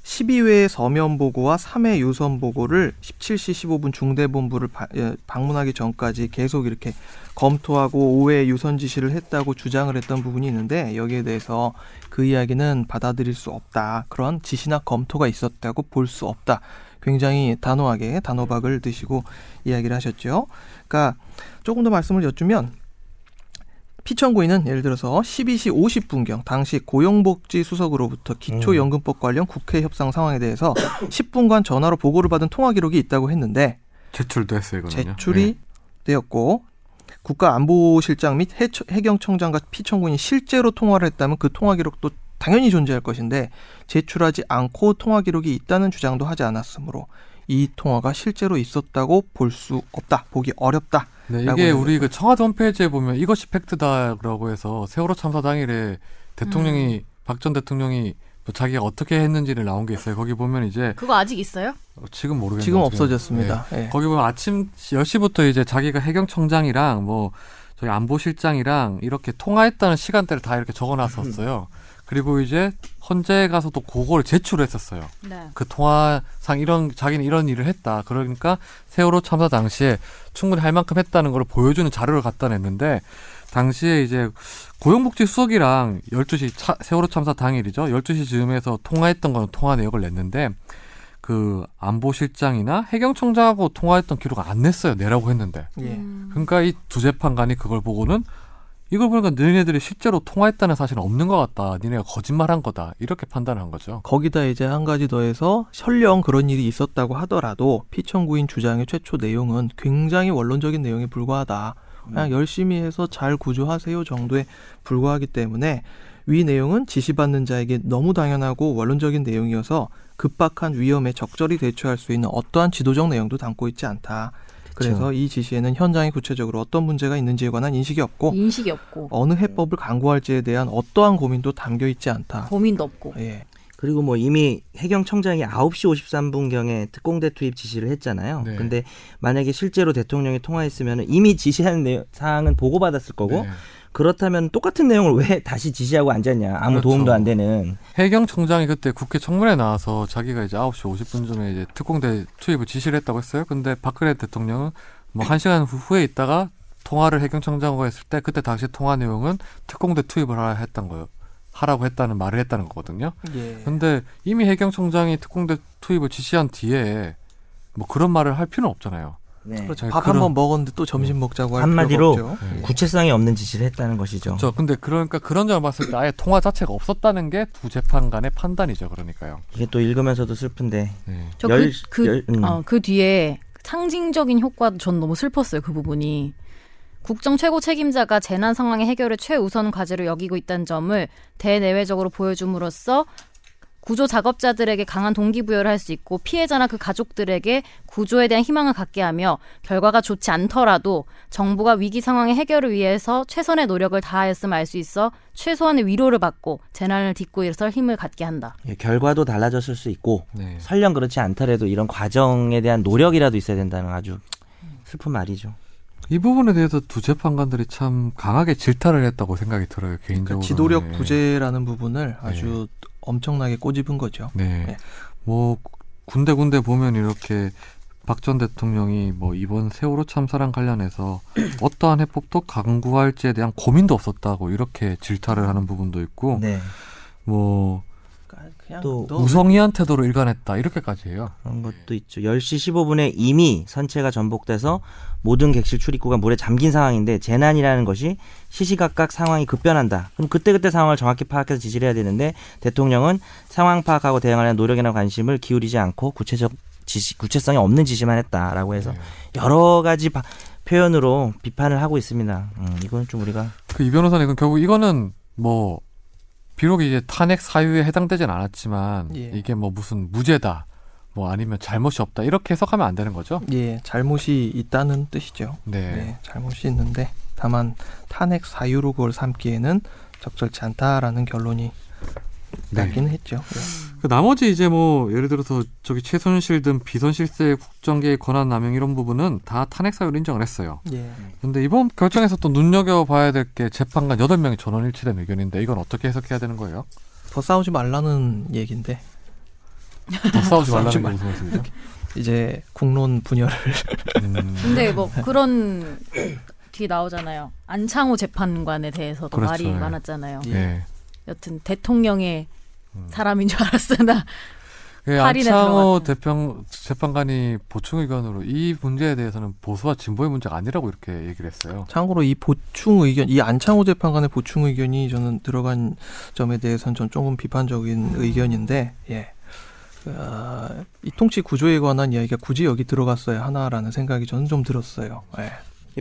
12회 서면 보고와 3회 유선 보고를 17시 15분 중대본부를 바- 예, 방문하기 전까지 계속 이렇게 검토하고 5회 유선 지시를 했다고 주장을 했던 부분이 있는데 여기에 대해서 그 이야기는 받아들일 수 없다. 그런 지시나 검토가 있었다고 볼 수 없다. 굉장히 단호하게 단호박을 드시고 이야기를 하셨죠. 그러니까 조금 더 말씀을 여쭈면 피청구인은 예를 들어서 12시 50분경 당시 고용복지수석으로부터 기초연금법 관련 국회 협상 상황에 대해서 10분간 전화로 보고를 받은 통화 기록이 있다고 했는데
제출도 했어요, 네. 이거는요.
제출이
예.
되었고 국가안보실장 및 해처- 해경청장과 피청군이 실제로 통화를 했다면 그 통화 기록도 당연히 존재할 것인데 제출하지 않고 통화 기록이 있다는 주장도 하지 않았으므로 이 통화가 실제로 있었다고 볼 수 없다, 보기 어렵다.
네,
라고
이게 우리 그 청와대 홈페이지에 보면 이것이 팩트다라고 해서 세월호 참사 당일에 대통령이
음.
박 전 대통령이 뭐 자기가 어떻게 했는지를 나온 게 있어요. 거기 보면 이제
그거 아직 있어요?
어, 지금 모르겠는데
지금
어떻게-
없어졌습니다. 예.
네. 거기 보면 아침 10시부터 이제 자기가 해경청장이랑 뭐 저희 안보실장이랑 이렇게 통화했다는 시간대를 다 이렇게 적어놨었어요. 그리고 이제 헌재에 가서 또 그거를 제출했었어요.
네.
그 통화상 이런 자기는 이런 일을 했다. 그러니까 세월호 참사 당시에 충분히 할 만큼 했다는 걸 보여주는 자료를 갖다 냈는데 당시에 이제 고용복지 수석이랑 12시 차- 세월호 참사 당일이죠. 12시 즈음에서 통화했던 건 통화 내역을 냈는데 그 안보실장이나 해경총장하고 통화했던 기록 안 냈어요. 내라고 했는데.
예.
음.
그러니까 이 두 재판관이 그걸 보고는 이걸 보니까 너희네들이 실제로 통화했다는 사실은 없는 것 같다. 니네가 거짓말한 거다. 이렇게 판단한 거죠.
거기다 이제 한 가지 더해서 설령 그런 일이 있었다고 하더라도 피청구인 주장의 최초 내용은 굉장히 원론적인 내용에 불과하다. 그냥 열심히 해서 잘 구조하세요 정도에 불과하기 때문에 위 내용은 지시받는 자에게 너무 당연하고 원론적인 내용이어서 급박한 위험에 적절히 대처할 수 있는 어떠한 지도적 내용도 담고 있지 않다. 그래서 이 지시에는 현장에 구체적으로 어떤 문제가 있는지에 관한 인식이 없고
인식이 없고
어느 해법을 강구할지에 대한 어떠한 고민도 담겨 있지 않다.
고민도 없고.
예.
그리고 뭐 이미 해경청장이 9시 53분경에 특공대 투입 지시를 했잖아요.
네.
근데 만약에 실제로 대통령이 통화했으면 이미 지시한 내 사항은 보고받았을 거고
네.
그렇다면 똑같은 내용을 왜 다시 지시하고 앉았냐. 아무
그렇죠.
도움도 안 되는.
해경 총장이 그때 국회 청문회 나와서 자기가 이제 9시 50분쯤에 이제 특공대 투입을 지시를 했다고 했어요. 근데 박근혜 대통령은 뭐 1시간 후- 후에 있다가 통화를 해경 총장과 했을 때 그때 당시 통화 내용은 특공대 투입을 하라 했던 거예요. 하라고 했다는 말을 했다는 거거든요.
예.
근데 이미 해경 총장이 특공대 투입을 지시한 뒤에 뭐 그런 말을 할 필요는 없잖아요.
네.
그렇죠.
네,
밥
그런-
한 번 먹었는데 또 점심 먹자고 할
한마디로
필요가 없죠. 예.
구체성이 없는 지시를 했다는 것이죠.
저 근데 그러니까 그런 점을 봤을 때 아예 통화 자체가 없었다는 게 두 재판관의 판단이죠. 그러니까요.
이게 또 읽으면서도 슬픈데
네.
저 그
열-
그
열- 음.
어, 그 뒤에 상징적인 효과도 전 너무 슬펐어요. 그 부분이. 국정 최고 책임자가 재난 상황의 해결을 최우선 과제로 여기고 있다는 점을 대내외적으로 보여줌으로써 구조 작업자들에게 강한 동기부여를 할 수 있고 피해자나 그 가족들에게 구조에 대한 희망을 갖게 하며 결과가 좋지 않더라도 정부가 위기 상황의 해결을 위해서 최선의 노력을 다하였음을 알 수 있어 최소한의 위로를 받고 재난을 딛고 일어설 힘을 갖게 한다.
예, 결과도 달라졌을 수 있고
네.
설령 그렇지 않더라도 이런 과정에 대한 노력이라도 있어야 된다는 아주 슬픈 말이죠.
이 부분에 대해서 두 재판관들이 참 강하게 질타를 했다고 생각이 들어요 개인적으로
그러니까 지도력 부재라는
네.
부분을 아주 엄청나게 꼬집은 거죠.
네.
네.
뭐 군데 군데 보면 이렇게 박 전 대통령이 뭐 이번 세월호 참사랑 관련해서
[clears throat]
어떠한 해법도 강구할지에 대한 고민도 없었다고 이렇게 질타를 하는 부분도 있고
네.
뭐
그러니까 그냥
또
너-
무성의한 태도로 일관했다 이렇게까지 해요.
그런 것도 있죠. 10시 15분에 이미 선체가 전복돼서 모든 객실 출입구가 물에 잠긴 상황인데 재난이라는 것이 시시각각 상황이 급변한다. 그럼 그때그때 상황을 정확히 파악해서 지시를 해야 되는데 대통령은 상황 파악하고 대응하는 노력이나 관심을 기울이지 않고 구체적 지시, 구체성이 없는 지시만 했다라고 해서
네.
여러 가지 바- 표현으로 비판을 하고 있습니다. 음, 이건 좀 우리가
그 이 변호사님 그럼 결국 이거는 뭐 비록 이제 탄핵 사유에 해당되진 않았지만
예.
이게 뭐 무슨 무죄다 뭐 아니면 잘못이 없다 이렇게 해석하면 안 되는 거죠?
예, 잘못이 있다는 뜻이죠.
네.
네. 잘못이 있는데 다만 탄핵 사유로 그걸 삼기에는 적절치 않다라는 결론이
네.
나긴 했죠. 예.
그 나머지 이제 뭐 예를 들어서 저기 최순실 등 비선실세 국정계의 권한 남용 이런 부분은 다 탄핵 사유로 인정을 했어요.
예.
근데 이번 결정에서 또 눈여겨 봐야 될 게 재판관 8명이 전원 일치된 의견인데 이건 어떻게 해석해야 되는 거예요?
더 싸우지 말라는 얘긴데
[laughs] 더 싸우지
싸우지
말라는 게 무슨 [laughs] 말씀이죠?
이제 국론 분열을
음,
근데 뭐 그런 뒤 나오잖아요. 안창호 재판관에 대해서도
그렇죠,
말이
예.
많았잖아요.
예.
예.
여튼 대통령의
음.
사람인 줄 알았으나 [laughs]
예,
팔인에
안창호
들어갔던.
대평 재판관이 보충 의견으로 이 문제에 대해서는 보수와 진보의 문제가 아니라고 이렇게 얘기를 했어요.
참고로 이 보충 의견, 이 안창호 재판관의 보충 의견이 저는 들어간 점에 대해서는 전 조금 비판적인 의견인데, 예. 아, 어, 이 통치 구조에 관한 이야기가 굳이 여기 들어갔어야 하나라는 생각이 저는 좀 들었어요. 예.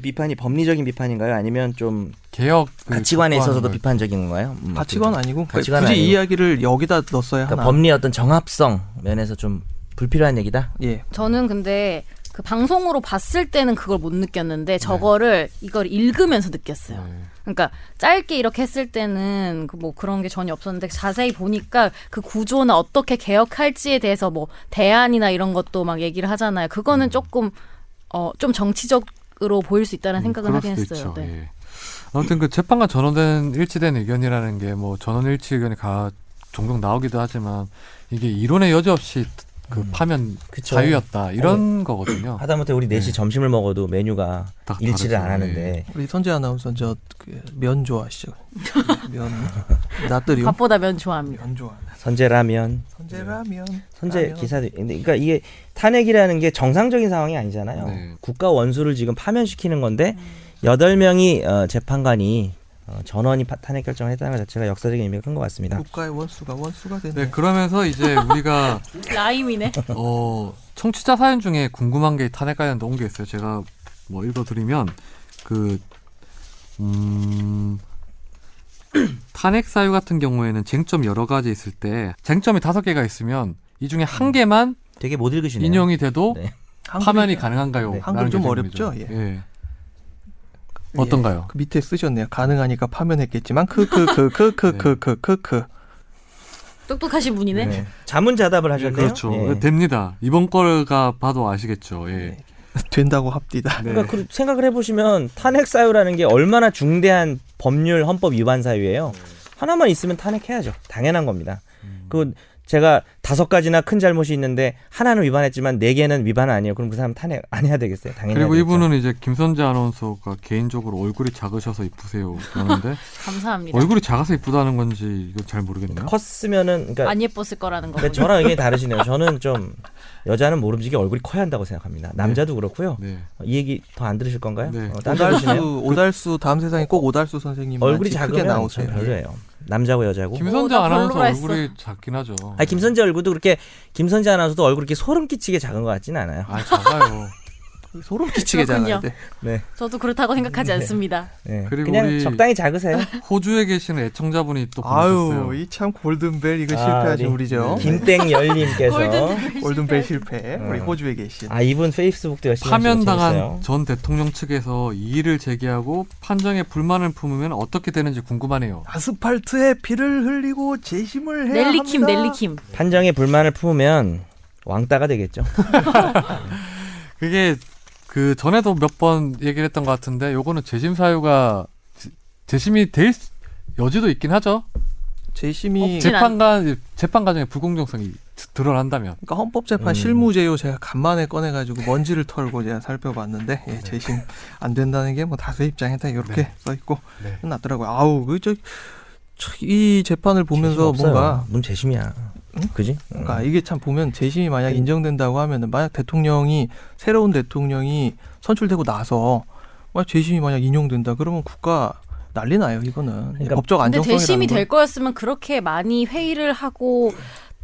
비판이 법리적인 비판인가요? 아니면 좀
개혁 그
가치관에 있어서도
촉구하는 걸-
비판적인 건가요? 음,
가치관 아니고 그러니까
가치관
굳이
아니고.
이 이야기를 여기다 넣었어야
그러니까
하나.
법리의 어떤 정합성 면에서 좀 불필요한 얘기다.
예.
저는 근데 그 방송으로 봤을 때는 그걸 못
네.
느꼈는데 저거를 이걸 읽으면서 느꼈어요. 그러니까 짧게 이렇게 했을 때는 그 뭐 그런 게 전혀 없었는데 자세히 보니까 그 구조나 어떻게 개혁할지에 대해서 뭐 대안이나 이런 것도 막 얘기를 하잖아요.
음.
그거는 조금 어 좀 정치적으로 보일 수 있다는 생각은
음, 그럴
하긴
수도
했어요.
있죠.
네.
예. 아무튼 그 재판관 전원된 일치된 의견이라는 게 뭐 전원 일치 의견이 가 종종 나오기도 하지만 이게 이론의 여지 없이 그 파면
음. 그쵸. 네. 아,
자유였다 이런 거거든요.
하다못해 우리 4시 점심을 먹어도 메뉴가
다 다르죠. 네.
일치를 안 하는데
우리 선재 아나운서 저면
[laughs]
좋아하시죠? 면 나들이
밥보다 면 좋아합니다.
면 좋아.
선제라면
선재라면
네. 선제
라면.
기사도 근데 그러니까 이게 탄핵이라는 게 정상적인 상황이 아니잖아요.
네.
국가 원수를 지금 파면시키는 건데 여덟 명이 어, 재판관이 어, 전원이 파- 탄핵 결정을 했다는 것 자체가 역사적인 의미가 큰 것 같습니다.
국가의 원수가 원수가 되네.
네 그러면서
[laughs]
이제 우리가
[laughs] 라임이네.
어, 청취자 사연 중에 궁금한 게 탄핵 관련 넣은 게 있어요. 제가 뭐 읽어드리면 그 음, 탄핵 사유 같은 경우에는 쟁점 여러 가지 있을 때 쟁점이 다섯 개가 있으면 이 중에 한 개만
되게 못 음. 읽으시네요.
인용이 돼도
네.
파면이
한글이-
가능한가요?
네.
라는
한글 좀
게
어렵죠?
질문이죠.
예.
예. 어떤가요?
그 밑에 쓰셨네요. 가능하니까 파면했겠지만 [laughs] 네. 크크크크크크크크.
똑똑하신 분이네.
네. 자문자답을 하셨네요.
그렇죠.
예.
됩니다. 이번 거가 봐도 아시겠죠. 예.
네. 된다고 합디다.
네.
그러니까 그 생각을 해보시면 탄핵 사유라는 게 얼마나 중대한 법률 헌법 위반 사유예요. 하나만 있으면 탄핵해야죠. 당연한 겁니다. 그 제가 다섯 가지나 큰 잘못이 있는데 하나는 위반했지만 네 개는 위반 아니에요. 그럼 그 사람 탄핵 안 해야 되겠어요. 당연히.
그리고
해야 되겠죠.
이분은 이제 김선재 아나운서가 개인적으로 얼굴이 작으셔서 이쁘세요. 그러는데
감사합니다.
얼굴이 작아서 이쁘다는 건지 이거 잘 모르겠네요.
컸으면은 그러니까
아, 안 예뻤을 거라는
근데
거군요.
저랑 의견이 다르시네요. 저는 좀 여자는 모름지기 얼굴이 커야 한다고 생각합니다. 남자도 그렇고요.
네.
이 얘기 더 안 들으실 건가요?
네.
어, 딴데 보시네요.
오달수 오달수 다음 세상에 꼭 오달수 선생님
얼굴이
같이 크게
작으면 참
나오세요. 네.
별로예요. 남자고 여자고.
김선재
어, 나
아나운서
별로라 했어.
얼굴이 작긴 하죠.
아 김선재 얼굴도 그렇게 김선재 아나운서도 얼굴 이렇게 소름 끼치게 작은 것 같지는 않아요.
아, 작아요. [laughs]
소름 끼치게
그렇군요.
잘하는데.
네.
저도 그렇다고 생각하지 않습니다.
네.
그리고
그냥
우리-
적당히 작으세요.
호주에 계시는 애청자분이 또
아유,
보셨어요.
이 참 골든벨 이거
아,
실패하신
우리
우리죠. 네.
김땡열님께서
골든벨
골든벨 실패. 우리
음.
호주에 계신.
아 이분 페이스북도 열심히 하시고
파면당한
재밌어요.
전 대통령 측에서 이의를 제기하고 판정에 불만을 품으면 어떻게 되는지 궁금하네요.
아스팔트에 피를 흘리고 재심을 해야
넬리킴
네, 합니다.
넬리킴.
판정에 불만을 품으면 왕따가 되겠죠.
그게 그 전에도 몇 번 얘기를 했던 것 같은데 요거는 재심 사유가 제- 재심이 될 수- 여지도 있긴 하죠.
없지.
재심이
어, 재판관 재판 과정에 불공정성이 드러난다면
그러니까 헌법재판
음.
실무제요 제가 간만에 꺼내가지고 먼지를 털고 제가 살펴봤는데 예,
네.
재심 안 된다는 게 뭐 다수의 입장에다 이렇게 써 있고
네.
났더라고요. 아우 그 그저이 재판을 보면서
재심 없어요. 음.
뭔가
뭔 재심이야. 그지?
그러니까 이게 참 보면 재심이 만약
네.
인정된다고 하면은 만약 대통령이 새로운 대통령이 선출되고 나서 만약 재심이 만약 인용된다 그러면 국가 난리 나요 이거는
그러니까
법적
근데
안정성이라는
대심이
건
될 거였으면 그렇게 많이 회의를 하고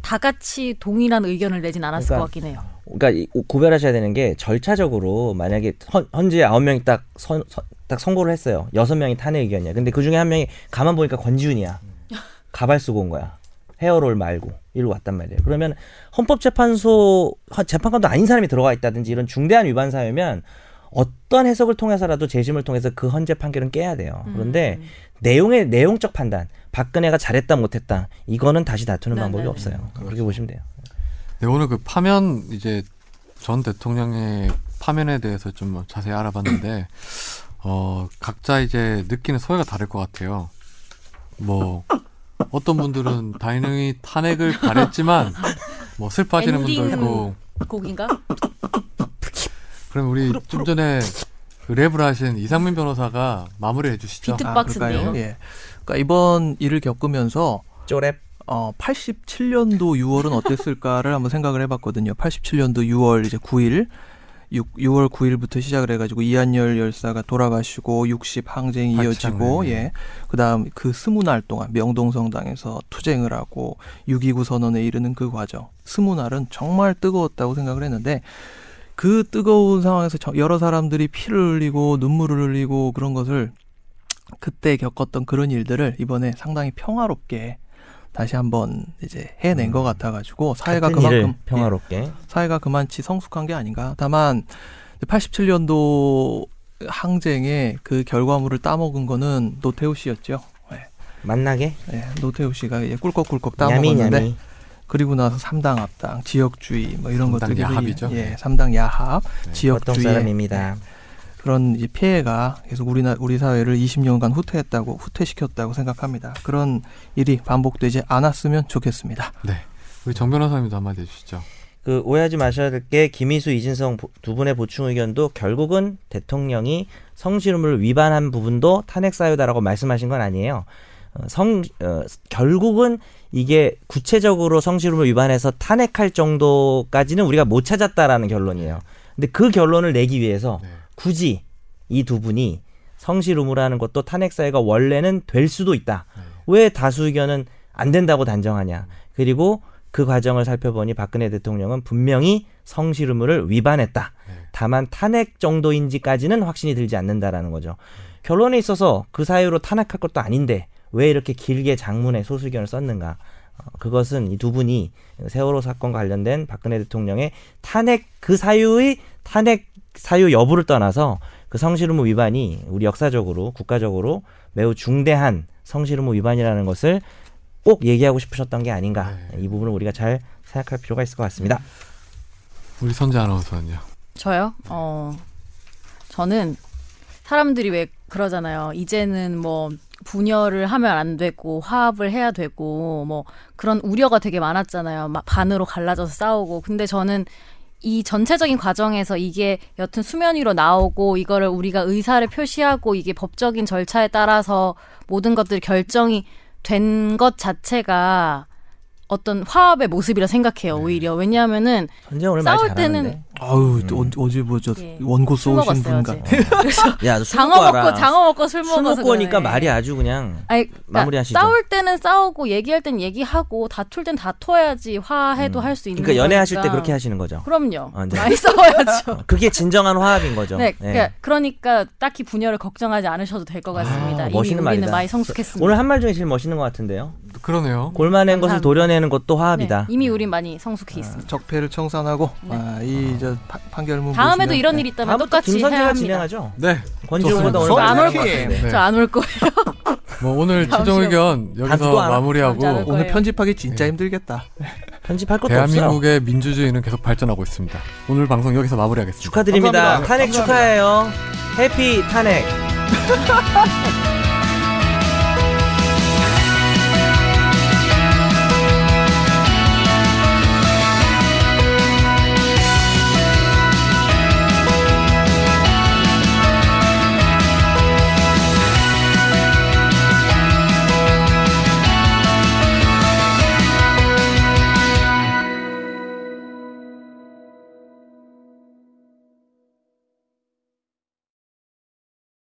다 같이 동일한 의견을 내진 않았을
그러니까
것 같긴 해요.
그러니까 이- 구별하셔야 되는 게 절차적으로 만약에 헌, 현재 아홉 명이 딱, 선, 선- 딱 선고를 했어요. 여섯 명이 탄핵 의견이야. 근데 그 중에 한 명이 가만 보니까 권지훈이야.
음.
가발 쓰고 온 거야. 헤어롤 말고 일로 왔단 말이에요. 그러면 헌법재판소 헌- 재판관도 아닌 사람이 들어가 있다든지 이런 중대한 위반 사유면 어떤 해석을 통해서라도 재심을 통해서 그 헌재 판결은 깨야 돼요.
음.
그런데 내용의 내용적 판단, 박근혜가 잘했다 못했다 이거는 다시 다투는
네,
방법이
네, 네.
없어요. 그렇게 보시면 돼요.
네, 오늘 그 파면 이제 전 대통령의 파면에 대해서 좀뭐 자세히 알아봤는데 [clears throat] 어 각자 이제 느끼는 소외가 다를 것 같아요. 뭐 어떤 분들은 다이능이 탄핵을 바랬지만 뭐 슬퍼하시는 분도
엔딩.
있고
곡인가?
그럼 우리 좀 전에 그 랩을 하신 이상민 변호사가 마무리해 주시죠.
비트-
아,
박스인데요.
그럴까요? 예. 그러니까 이번 일을 겪으면서
쪼랩.
어, 87년도 6월은 어땠을까를 한번 생각을 해봤거든요. 87년도 6월 이제 9일, 6, 6월 9일부터 시작을 해가지고 이한열 열사가 돌아가시고 60 항쟁이 이어지고,
박창근, 예.
예. 그다음 그 스무 날 동안 명동성당에서 투쟁을 하고 6.29 선언에 이르는 그 과정. 스무 날은 정말 뜨거웠다고 생각을 했는데 그 뜨거운 상황에서 저- 여러 사람들이 피를 흘리고 눈물을 흘리고 그런 것을 그때 겪었던 그런 일들을 이번에 상당히 평화롭게 다시 한번 이제 해낸 것 같아가지고 사회가
음. 같은 일을
그만큼 예.
평화롭게
사회가 그만치 성숙한 게 아닌가. 다만 87년도 항쟁의 그 결과물을 따먹은 거는 노태우 씨였죠. 예,
만나게
예, 노태우 씨가 이제 꿀꺽꿀꺽 따먹었는데
야미야미
그리고 나서 삼당 앞당 지역주의 뭐 이런
삼당
것들이
야합이죠.
예, 삼당 야합
보통
지역주의
네. 사람입니다.
그런 이제 피해가 계속 우리나 우리 사회를 20년간 후퇴했다고 후퇴시켰다고 생각합니다. 그런 일이 반복되지 않았으면 좋겠습니다.
네. 우리 정 변호사님도 한마디 해주시죠.
그 오해하지 마셔야 될 게 김희수, 이진성 보- 두 분의 보충 의견도 결국은 대통령이 성실물을 위반한 부분도 탄핵 사유다라고 말씀하신 건 아니에요. 어, 성 어, 결국은 이게 구체적으로 성실물을 위반해서 탄핵할 정도까지는 우리가 못 찾았다라는 결론이에요. 근데 그 결론을 내기 위해서
네.
굳이 이 두 분이 성실 의무라는 것도 탄핵 사유가 원래는 될 수도 있다. 왜 다수 의견은 안 된다고 단정하냐? 그리고 그 과정을 살펴보니 박근혜 대통령은 분명히 성실 의무를 위반했다. 다만 탄핵 정도인지까지는 확신이 들지 않는다라는 거죠. 결론에 있어서 그 사유로 탄핵할 것도 아닌데 왜 이렇게 길게 장문의 소수 의견을 썼는가? 어, 그것은 이 두 분이 세월호 사건과 관련된 박근혜 대통령의 탄핵 그 사유의 탄핵 사유 여부를 떠나서 그 성실의무 위반이 우리 역사적으로 국가적으로 매우 중대한 성실의무 위반이라는 것을 꼭 얘기하고 싶으셨던 게 아닌가 이 부분을 우리가 잘 생각할 필요가 있을 것 같습니다.
우리 선재 아나운서는요.
저요? 어, 저는 사람들이 왜 그러잖아요. 이제는 뭐 분열을 하면 안 되고 화합을 해야 되고 뭐 그런 우려가 되게 많았잖아요. 막 반으로 갈라져서 싸우고. 근데 저는 이 전체적인 과정에서 이게 여튼 수면 위로 나오고 이거를 우리가 의사를 표시하고 이게 법적인 절차에 따라서 모든 것들이 결정이 된 것 자체가 어떤 화합의 모습이라 생각해요. 오히려 왜냐하면은
선재 오늘 말
싸울
잘하는데.
아유 또 어- 어제 뭐저
예.
원고
술
써오신
먹었어요,
분
어제.
같아.
야,
장어 먹고 장어 먹고 술
술
먹어서
먹고 오니까
그러네.
말이 아주 그냥
아니, 그러니까
마무리하시죠.
싸울 때는 싸우고 얘기할 땐 얘기하고 다툴 땐 다퉈야지 화해도 할 수 있는
그러니까 연애하실 때
거니까.
그렇게 하시는 거죠.
그럼요.
아, 네.
많이 싸워야죠.
어, [laughs] 그게 진정한 화합인 거죠.
네,
네.
그러니까, 그러니까 딱히 분열을 걱정하지 않으셔도 될 것 같습니다.
아,
이미
멋있는
우리는
말이다.
많이 성숙했습니다.
오늘 한 말 중에 제일 멋있는 것 같은데요.
그러네요.
골만낸 것을
감사합니다.
도려내는 것도
네,
화합이다. 아,
이미 우린 많이 성숙해 있습니다.
[laughs] 적폐를 청산하고
네.
아, 이 저 판결문
다음에도
보시면-
이런
네.
일이 있다면
다음부터
똑같이 해야
김선재가
합니다.
진행하죠.
네.
권지훈보다 오늘
좋습니다.
많이
안
나온
올
것
거예요.
같은데.
네.
저 안 올 거예요.
뭐 오늘 최종 의견 여기서
듣고 안 하-
마무리하고
다음 주에
오늘
거예요.
편집하기 진짜
예.
힘들겠다.
편집할 것도 없어요.
대한민국의 민주주의는 계속 발전하고 있습니다. 오늘 방송 여기서 마무리하겠습니다.
축하드립니다.
감사합니다.
탄핵 축하해요. 해피 탄핵.